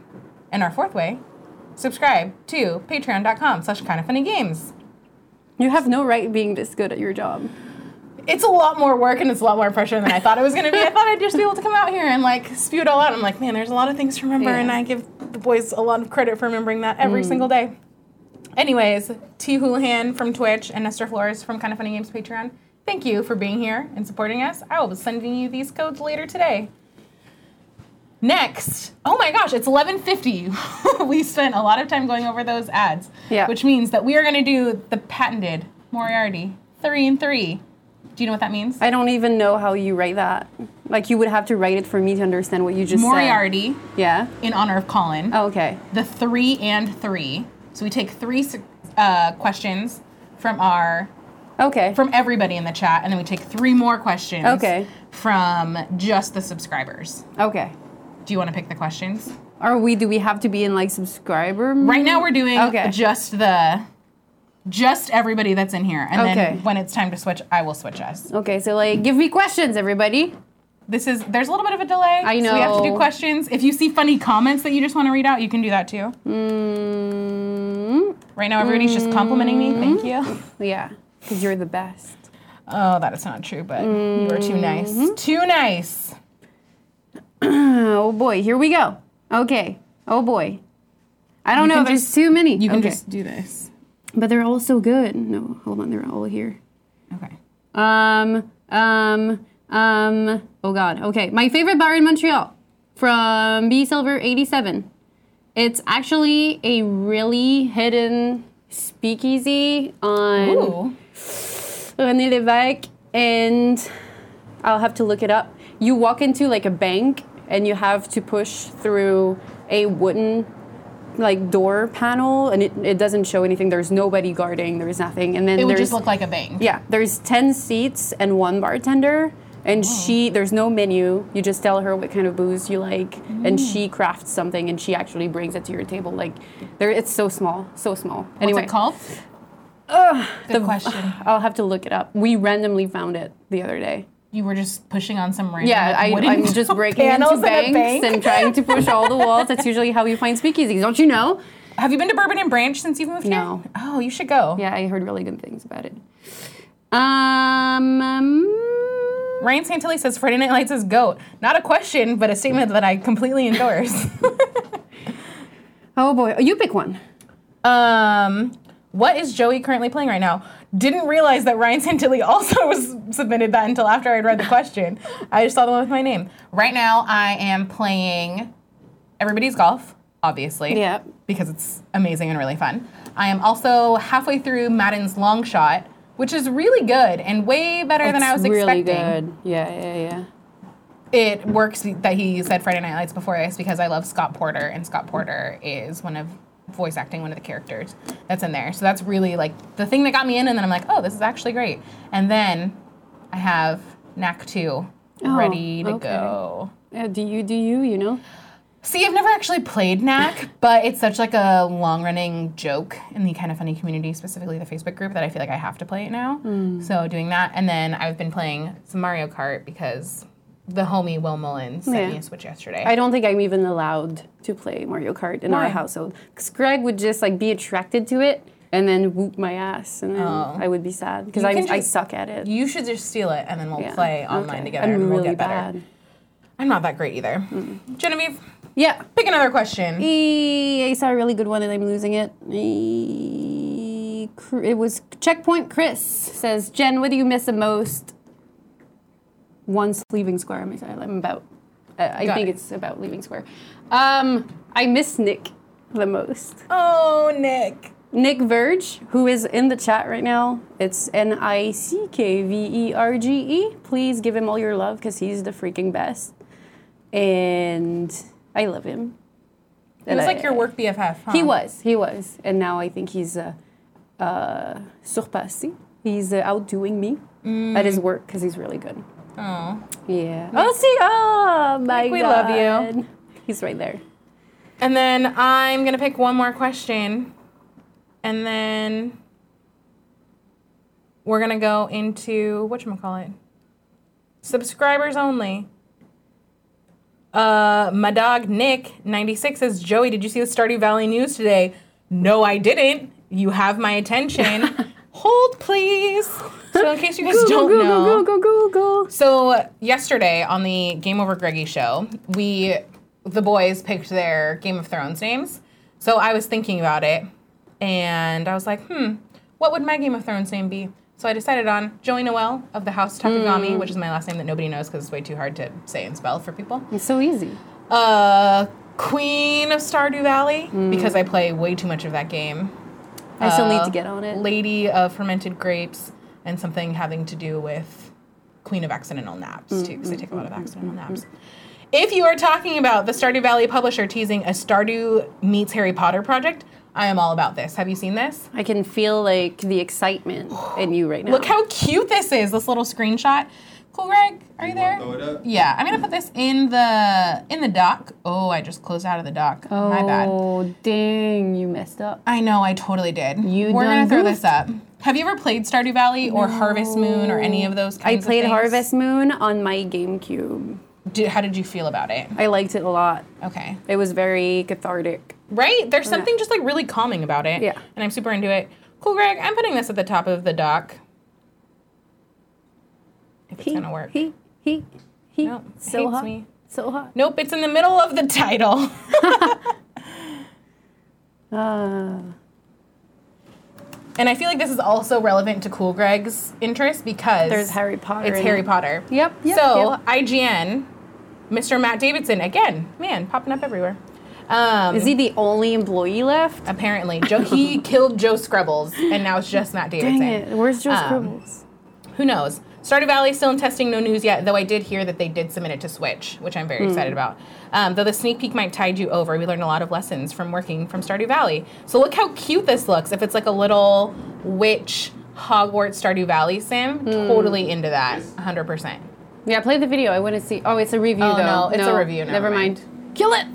A: And our fourth way, subscribe to patreon.com slash kind of funny games.
B: you have no right being this good at your job.
A: It's a lot more work and it's a lot more pressure than I thought it was going to be. I thought I'd just be able to come out here and like spew it all out. I'm like, man, there's a lot of things to remember,
B: Yeah. Mm.
A: and I give the boys a lot of credit for remembering that every single day. Anyways, T. Houlihan from Twitch and Nestor Flores from Kind of Funny Games Patreon, thank you for being here and supporting us. I will be sending you these codes later today. Next, oh my gosh, it's 11:50. [laughs] we spent a lot of time going over those ads,
B: Yeah.
A: which means that we are going to do the patented Moriarty three and three. Do you know what that means?
B: I don't even know how you write that. Like you would have to write it for me to understand what you just
A: Moriarty
B: said. Yeah.
A: in honor of Colin.
B: Oh, okay.
A: The three and three. So we take three s- uh, questions from our
B: Okay.
A: From everybody in the chat, and then we take three more questions.
B: Okay.
A: From just the subscribers.
B: Okay.
A: Do you want to pick the questions?
B: Are we? Do we have to be in like subscriber?
A: Right now we're doing
B: Okay.
A: just the just everybody that's in here. And
B: Okay.
A: then when it's time to switch, I will switch us.
B: Okay, so like, give me questions, everybody.
A: This is there's a little bit of a delay.
B: I
A: So we have to do
B: know.
A: questions. If you see funny comments that you just want to read out, you can do that too.
B: Mm,
A: Right now everybody's just complimenting me. Thank
B: Mm-hmm.
A: you.
B: yeah, because you're the best. [sighs]
A: Oh, that is not true, but you are
B: Mm-hmm.
A: too nice. Too nice.
B: oh boy, here we go. Okay. Oh boy. I don't
A: You
B: know.
A: can
B: There's
A: just-
B: too many.
A: You can
B: Okay.
A: just do this.
B: But they're all so good. No, hold on, they're all here.
A: Okay.
B: Um, um, um. Oh God. Okay, my favorite bar in Montreal, from B Silver eighty seven. It's actually a really hidden speakeasy on
A: Ooh.
B: René Lévesque, and I'll have to look it up. You walk into like a bank, and you have to push through a wooden like door panel, and it, it doesn't show anything. There's nobody guarding. There's nothing, and then
A: It would
B: there's
A: just look like a bang.
B: yeah, there's 10 seats and one bartender. And
A: Oh.
B: she, there's no menu. You just tell her what kind of booze you like,
A: Mm.
B: and she crafts something, and she actually brings it to your table. Like, there, it's so small, so small. anyway,
A: What's it called?
B: Ugh,
A: Good question.
B: [sighs] I'll have to look it up. We randomly found it the other day.
A: You were just pushing on some random.
B: Yeah,
A: like,
B: I,
A: wooden
B: I'm
A: [laughs]
B: just breaking
A: panels
B: into
A: in a
B: banks
A: bank.
B: and trying to push all
A: [laughs]
B: the walls. That's usually how you find speakeasies, don't you know?
A: Have you been to Bourbon and Branch since you moved here?
B: No.
A: Oh, you should go.
B: Yeah, I heard really good things about it. Um, um,
A: Ryan Santilli says Friday Night Lights is goat. Not a question, but a statement that I completely
B: [laughs]
A: endorse.
B: oh boy, you pick one.
A: um, what is Joey currently playing right now? Didn't realize that Ryan [laughs] Santilli also was submitted that until after I had read the question. I just saw the one with my name. Right now, I am playing Everybody's Golf, obviously.
B: Yeah.
A: Because it's amazing and really fun. I am also halfway through Madden's Long Shot, which is really good and way better than I was
B: really
A: expecting.
B: good. Yeah, yeah, yeah.
A: it works that he said Friday Night Lights before this because I love Scott Porter, and Scott Porter is one of voice acting one of the characters that's in there. So that's really like the thing that got me in, and then I'm like, oh, this is actually great. And then I have Knack 2
B: Oh,
A: ready to
B: okay.
A: go.
B: Yeah, do you do you? You know?
A: See, I've never actually played Knack, but it's such like a long-running joke in the kind of funny community, specifically the Facebook group, that I feel like I have to play it now.
B: Hmm.
A: So doing that, and then I've been playing some Mario Kart because the homie Will Mullins sent
B: Yeah.
A: me a Switch yesterday.
B: I don't think I'm even allowed to play Mario Kart in
A: Why?
B: our household because Greg would just like be attracted to it and then whoop my ass, and then
A: Oh.
B: I would be sad because
A: You
B: I,
A: can
B: I
A: just-
B: suck at it.
A: You should just steal it, and then we'll
B: Yeah.
A: play online
B: Okay.
A: together,
B: I'm
A: and we'll
B: really
A: get better.
B: bad. Mm.
A: I'm not that great either. Genevieve,
B: Yeah.
A: pick another question.
B: Eh, I saw a really good one and I'm losing it. Eh, Cr- It was Checkpoint Chris says, Jen, what do you miss the most? Once leaving Square, I'm excited. I'm about, I I
A: Got
B: think
A: it.
B: it's about leaving Square. Um, I miss Nick the most.
A: Oh, Nick.
B: Nick Verge, who is in the chat right now. It's N I C K V E R G E. Please give him all your love because he's the freaking best. And I love him.
A: It
B: And
A: was like
B: I-
A: your work BFF. Huh?
B: He was, he was, and now I think he's uh, uh, surpassé. He's uh, outdoing me at
A: Mm.
B: his work because he's really good.
A: Oh.
B: Yeah. Oh, see, oh my
A: Nick, we love
B: god,
A: you.
B: He's right there.
A: And then I'm gonna pick one more question, and then we're gonna go into what you call it, subscribers only. Uh, my dog Nick ninety six says, Joey, did you see the Stardew Valley news today? No, I didn't. You have my
B: [laughs]
A: attention. Hold please. So in case you guys don't
B: Google,
A: know,
B: Google, Google, Google.
A: so yesterday on the Game Over Greggy show, we the boys picked their Game of Thrones names. So I was thinking about it, and I was like, hmm, what would my Game of Thrones name be? So I decided on Joey Noel of the House Takagami, which is my last name that nobody knows because it's way too hard to say and spell for people.
B: It's so easy.
A: Uh, Queen of Stardew Valley because I play way too much of that game.
B: I still need
A: Uh,
B: to get on it.
A: Lady of Fermented Grapes and something having to do with Queen of Accidental Naps,
B: Mm,
A: too, because I take a lot of accidental naps. If you are talking about the Stardew Valley publisher teasing a Stardew meets Harry Potter project, I am all about this. Have you seen this?
B: I can feel like the excitement in you right now.
A: Look how cute this is. This little screenshot. Cool, Greg. Are you, there?
H: Throw it up.
A: Yeah, I'm gonna put this in the in the dock. Oh, I just closed out of the dock. My bad.
B: Oh, dang, you messed up.
A: I know, I totally did.
B: You
A: We're gonna
B: done
A: throw
B: goofed.
A: this up. Have you ever played Stardew Valley or Harvest Moon or any of those?
B: I
A: Kinds
B: played
A: of things?
B: Harvest Moon on my GameCube.
A: Did, how did you feel about it?
B: I liked it a lot.
A: Okay.
B: It was very cathartic.
A: Right? There's something just like really calming about it.
B: Yeah.
A: And I'm super into it. Cool, Greg. I'm putting this at the top of the dock. If it's gonna work.
B: He, he, he.
A: No,
B: so
A: hates
B: hot.
A: me.
B: So hot.
A: Nope, it's in the middle of the [laughs] title.
B: Ah.
A: and I feel like this is also relevant to Cool Greg's interest because
B: There's Harry Potter.
A: It's
B: in
A: Harry
B: it.
A: Potter.
B: Yep. yep
A: so
B: yep.
A: IGN, Mr. Matt Davidson again, man, popping up everywhere. Um,
B: is he the only employee left?
A: apparently Joe?
B: [laughs]
A: He killed Joe Scrubbles, and now it's just Matt Davidson.
B: Dang it! Where's Joe
A: Um,
B: Scribbles?
A: Who knows? Stardew Valley still in testing, no news yet. Though I did hear that they did submit it to Switch, which I'm very
B: Hmm.
A: excited about. Um, though the sneak peek might tide you over, we learned a lot of lessons from working from Stardew Valley. So look how cute this looks. If it's like a little witch Hogwarts Stardew Valley sim,
B: Hmm.
A: totally into that, 100. percent
B: Yeah, play the video. I want to see. Oh, it's a review
A: Oh,
B: though.
A: no, it's a review, never
B: Never
A: mind.
B: mind. Kill it.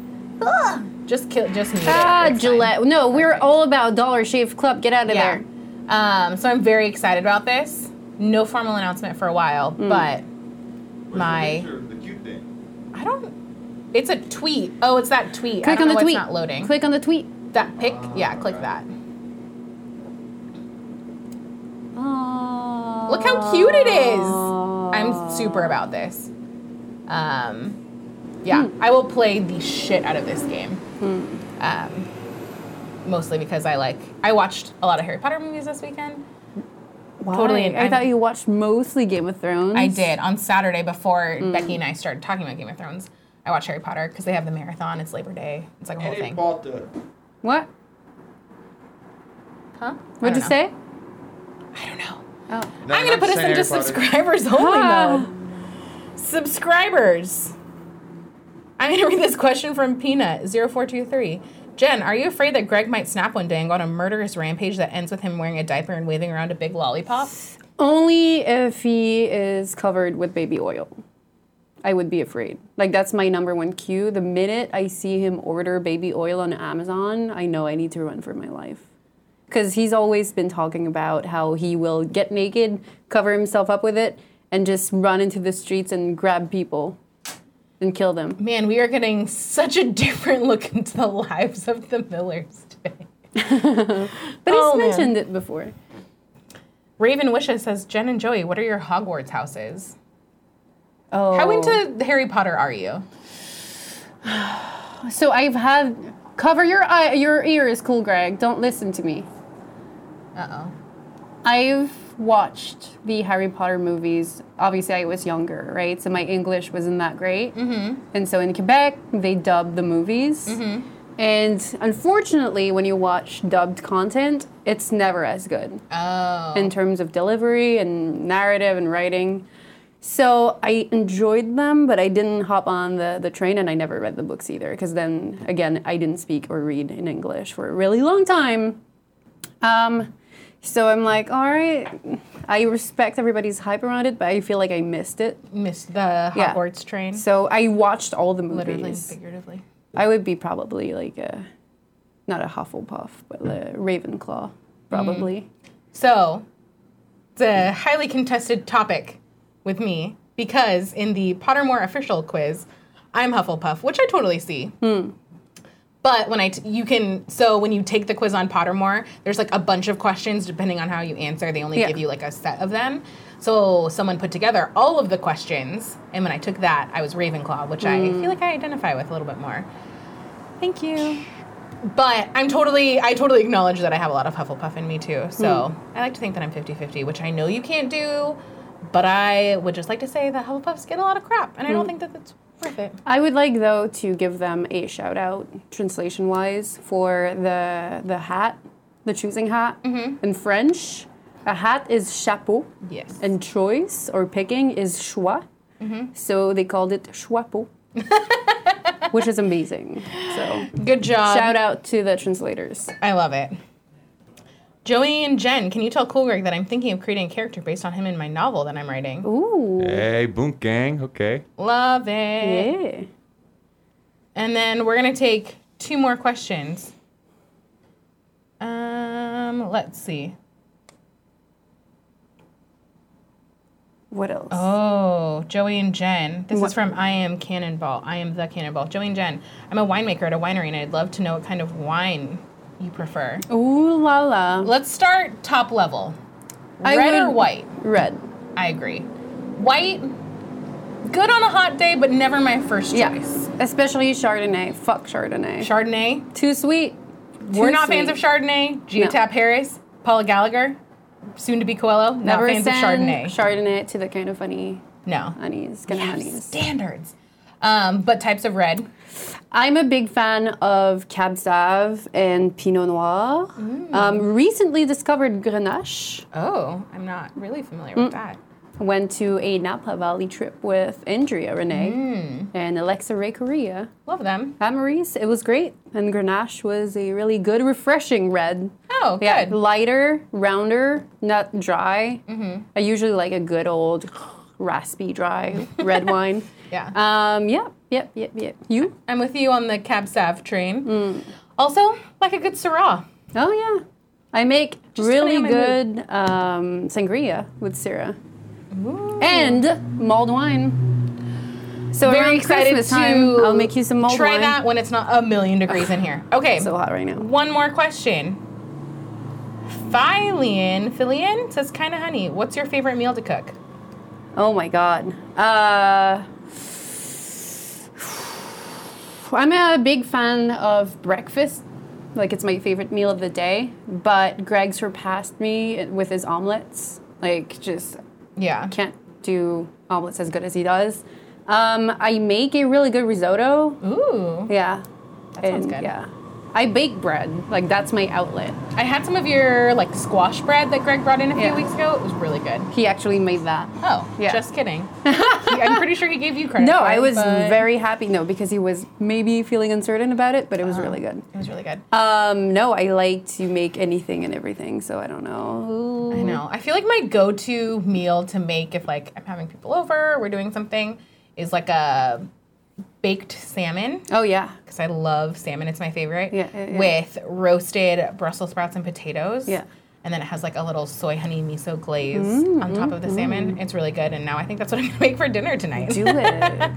B: Ah,
A: Just kill, just mute
B: ah,
A: it. It's fine.
B: Gillette. No, we're all about Dollar Shave Club. Get out of
A: Yeah.
B: there.
A: Um, so I'm very excited about this. No formal announcement for a while,
B: Hmm.
A: but
H: Where's the
A: My-
H: picture of The cute thing.
A: I don't. It's a tweet. Oh, it's that tweet. I
B: Click
A: don't
B: on
A: know
B: the
A: why
B: tweet.
A: It's not loading.
B: Click on the tweet.
A: that pic. yeah, click that.
B: Aww.
A: Look how cute it is. I'm super about this. Um, yeah,
B: Hmm.
A: I will play the shit out of this game. Um, mostly because I like. I watched a lot of Harry Potter movies this weekend.
B: Why?
A: Totally, and
B: I
A: I'm-
B: thought you watched mostly Game of Thrones.
A: I did on Saturday before Becky and I started talking about Game of Thrones. I watched Harry Potter because they have the marathon. It's Labor Day. It's like a whole
H: And they
A: thing.
H: bought the.
B: What?
A: Huh?
B: What'd you
A: I don't
B: say?
A: know. I don't know.
B: Oh.
H: No,
A: I'm gonna put us
H: saying Harry Potter.
A: into subscribers only
B: Ah.
A: mode. Subscribers. I'm gonna read this question from Peanut0423. Jen, are you afraid that Greg might snap one day and go on a murderous rampage that ends with him wearing a diaper and waving around a big lollipop?
B: Only if he is covered with baby oil. I would be afraid. Like that's my number one cue. The minute I see him order baby oil on Amazon, I know I need to run for my life. Cuz he's always been talking about how he will get naked, cover himself up with it, and just run into the streets and grab people and kill them.
A: Man, we are getting such a [laughs] different look into the lives of the Millers today.
B: But
A: Oh, man.
B: he's mentioned it before.
A: Raven Wishes says, Jen and Joey, what are your Hogwarts houses?
B: Oh.
A: How into Harry Potter are you? Oh.
B: So I've had cover your eye, your ears, cool Greg. Don't listen to me.
A: Uh oh.
B: I've watched the Harry Potter movies. Obviously, I was younger, right? So my English wasn't that great. Mm-hmm. And so in Quebec, they dubbed the movies. Mm-hmm. And unfortunately, when you watch dubbed content, it's never as good
A: Oh.
B: in terms of delivery and narrative and writing. So I enjoyed them, but I didn't hop on the, the train and I never read the books either, because then again, I didn't speak or read in English for a really long time. Um, so I'm like, all right, I respect everybody's hype around it, but I feel like I missed it.
A: Missed the
B: Yeah.
A: Hogwarts train.
B: So I watched all the movies.
A: Literally and figuratively.
B: I would be probably like a, not a Hufflepuff, but a
A: Mm.
B: Ravenclaw, probably.
A: So, it's a highly contested topic with me because in the Pottermore official quiz, I'm Hufflepuff, which I totally see. But when I, t- you can, so when you take the quiz on Pottermore, there's like a bunch of questions depending on how you answer. They only
B: Yeah.
A: give you like a set of them. So someone put together all of the questions, and when I took that, I was Ravenclaw, which I feel like I identify with a little bit more.
B: Thank you.
A: But I'm totally, I totally acknowledge that I have a lot of Hufflepuff in me too. So
B: Hmm.
A: I like to think that I'm 50 50, which I know you can't do, but I would just like to say that Hufflepuffs get a lot of crap, and I
B: Hmm.
A: don't think that that's worth it.
B: I would like though to give them a shout out translation wise for the the hat, the choosing hat
A: Mm-hmm.
B: in French. A hat is chapeau,
A: Yes. And
B: and
A: Mm-hmm. [laughs]
B: choice or picking is choix. So they called it choipeau. which is amazing. So
A: Good job.
B: Shout out to the translators.
A: I love it. Joey and Jen, can you tell Cool Greg that I'm thinking of creating a character based on him in my novel that I'm writing?
B: Ooh.
H: Hey, Boom Gang. Okay.
A: Love it. And then we're going to take two more questions. Um, let's see.
B: What else?
A: Oh, Joey and Jen. This is
B: What-
A: from I Am Cannonball. I Am the Cannonball. Joey and Jen, I'm a winemaker at a winery and I'd love to know what kind of wine you prefer.
B: Ooh la la.
A: Let's start top level.
B: I
A: Red or
B: would-
A: white?
B: Red.
A: I agree. White, good on a hot day, but never my first choice.
B: Yes. Especially Chardonnay. Fuck Chardonnay.
A: Chardonnay.
B: Too sweet.
A: We're
B: Too
A: not
B: sweet.
A: fans of Chardonnay. Gia Tap Harris, Paula Gallagher, soon to be Coelho. Not
B: Never
A: fans of
B: send
A: Chardonnay.
B: Chardonnay to the kind of funny
A: no.
B: honeys, kind
A: We have
B: of honeys.
A: standards. Um, but types of red.
B: I'm a big fan of Cab Sauv and Pinot Noir.
A: Mm.
B: Um, recently discovered Grenache.
A: Oh, I'm not really familiar
B: Mm.
A: with that.
B: Went to a Napa Valley trip with Andrea Renee
A: Mm.
B: and Alexa Ray Correa.
A: Love them.
B: Pat Maurice, it was great. And Grenache was a really good, refreshing red.
A: Oh,
B: Yeah,
A: good.
B: lighter, rounder, not dry.
A: Mm-hmm.
B: I usually like a good old
A: [laughs]
B: raspy, dry red wine.
A: Yeah.
B: Um, yeah, yep, yep, yep. You?
A: I'm with you on the Cab Sav train.
B: Mm.
A: Also, like a good Syrah.
B: Oh, yeah. I make
A: Just tell me
B: really
A: I'm in
B: good um, sangria with Syrah and mulled wine. So
A: Very
B: around
A: excited
B: Christmas
A: to
B: time, I'll make you some mulled
A: Try
B: wine.
A: that when it's not a million degrees in
B: [sighs]
A: here. Okay.
B: So hot right now.
A: One more question. Philian, Philian says, kind of honey. What's your favorite meal to cook?
B: Oh my god. Uh, I'm a big fan of breakfast. Like it's my favorite meal of the day. But Greg surpassed me with his omelets. Like just
A: Yeah.
B: can't do omelets as good as he does. Um, I make a really good risotto.
A: Ooh.
B: Yeah. That
A: sounds good.
B: Yeah. I bake bread. Like that's my outlet.
A: I had some of your like squash bread that Greg brought in a few
B: Yeah.
A: weeks ago. It was really good.
B: He actually made that.
A: Oh,
B: Yeah.
A: just
B: [laughs]
A: kidding. He- I'm pretty sure he gave you credit.
B: No,
A: for
B: I
A: it,
B: was
A: but
B: very happy. No, because he was maybe feeling uncertain about it, but it was really good.
A: It was really good.
B: Um, no, I like to make anything and everything, so I don't know.
A: I know. I feel like my go-to meal to make if like I'm having people over, we're doing something, is like a baked salmon
B: Oh yeah,
A: because I love salmon. It's my favorite.
B: Yeah, yeah, yeah.
A: With roasted Brussels sprouts and potatoes.
B: Yeah. Mm-hmm,
A: And then it has like a little soy honey miso glaze on top of the salmon. It's really good. And now I think that's what I'm gonna make for dinner tonight.
B: do [laughs] it.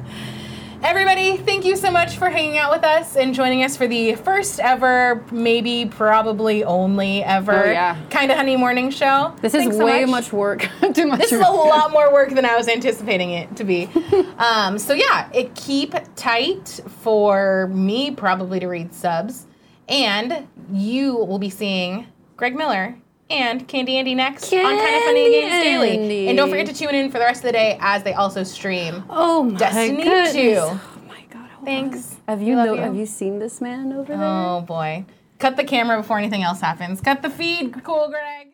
A: Everybody, thank you so much for hanging out with us and joining us for the first ever, maybe probably only ever,
B: Oh, yeah.
A: kind of honey morning show.
B: This is
A: Thanks so
B: way much work. [laughs] Too much.
A: This is a
B: work.
A: lot more work than I was anticipating it to
B: [laughs]
A: be. um, so yeah, it keep tight for me probably to read subs, and you will be seeing Greg Miller and Candy Andy next on Kind of Funny
B: Candy
A: Games Daily.
B: Andy.
A: And don't forget to tune in for the rest of the day as they also stream.
B: Oh my
A: Destiny
B: goodness.
A: too.
B: Oh my god. hold
A: Thanks.
B: on. Have you,
A: love
B: know,
A: you.
B: have you seen this man over there?
A: Oh boy. Cut the camera before anything else happens. Cut the feed, cool Greg.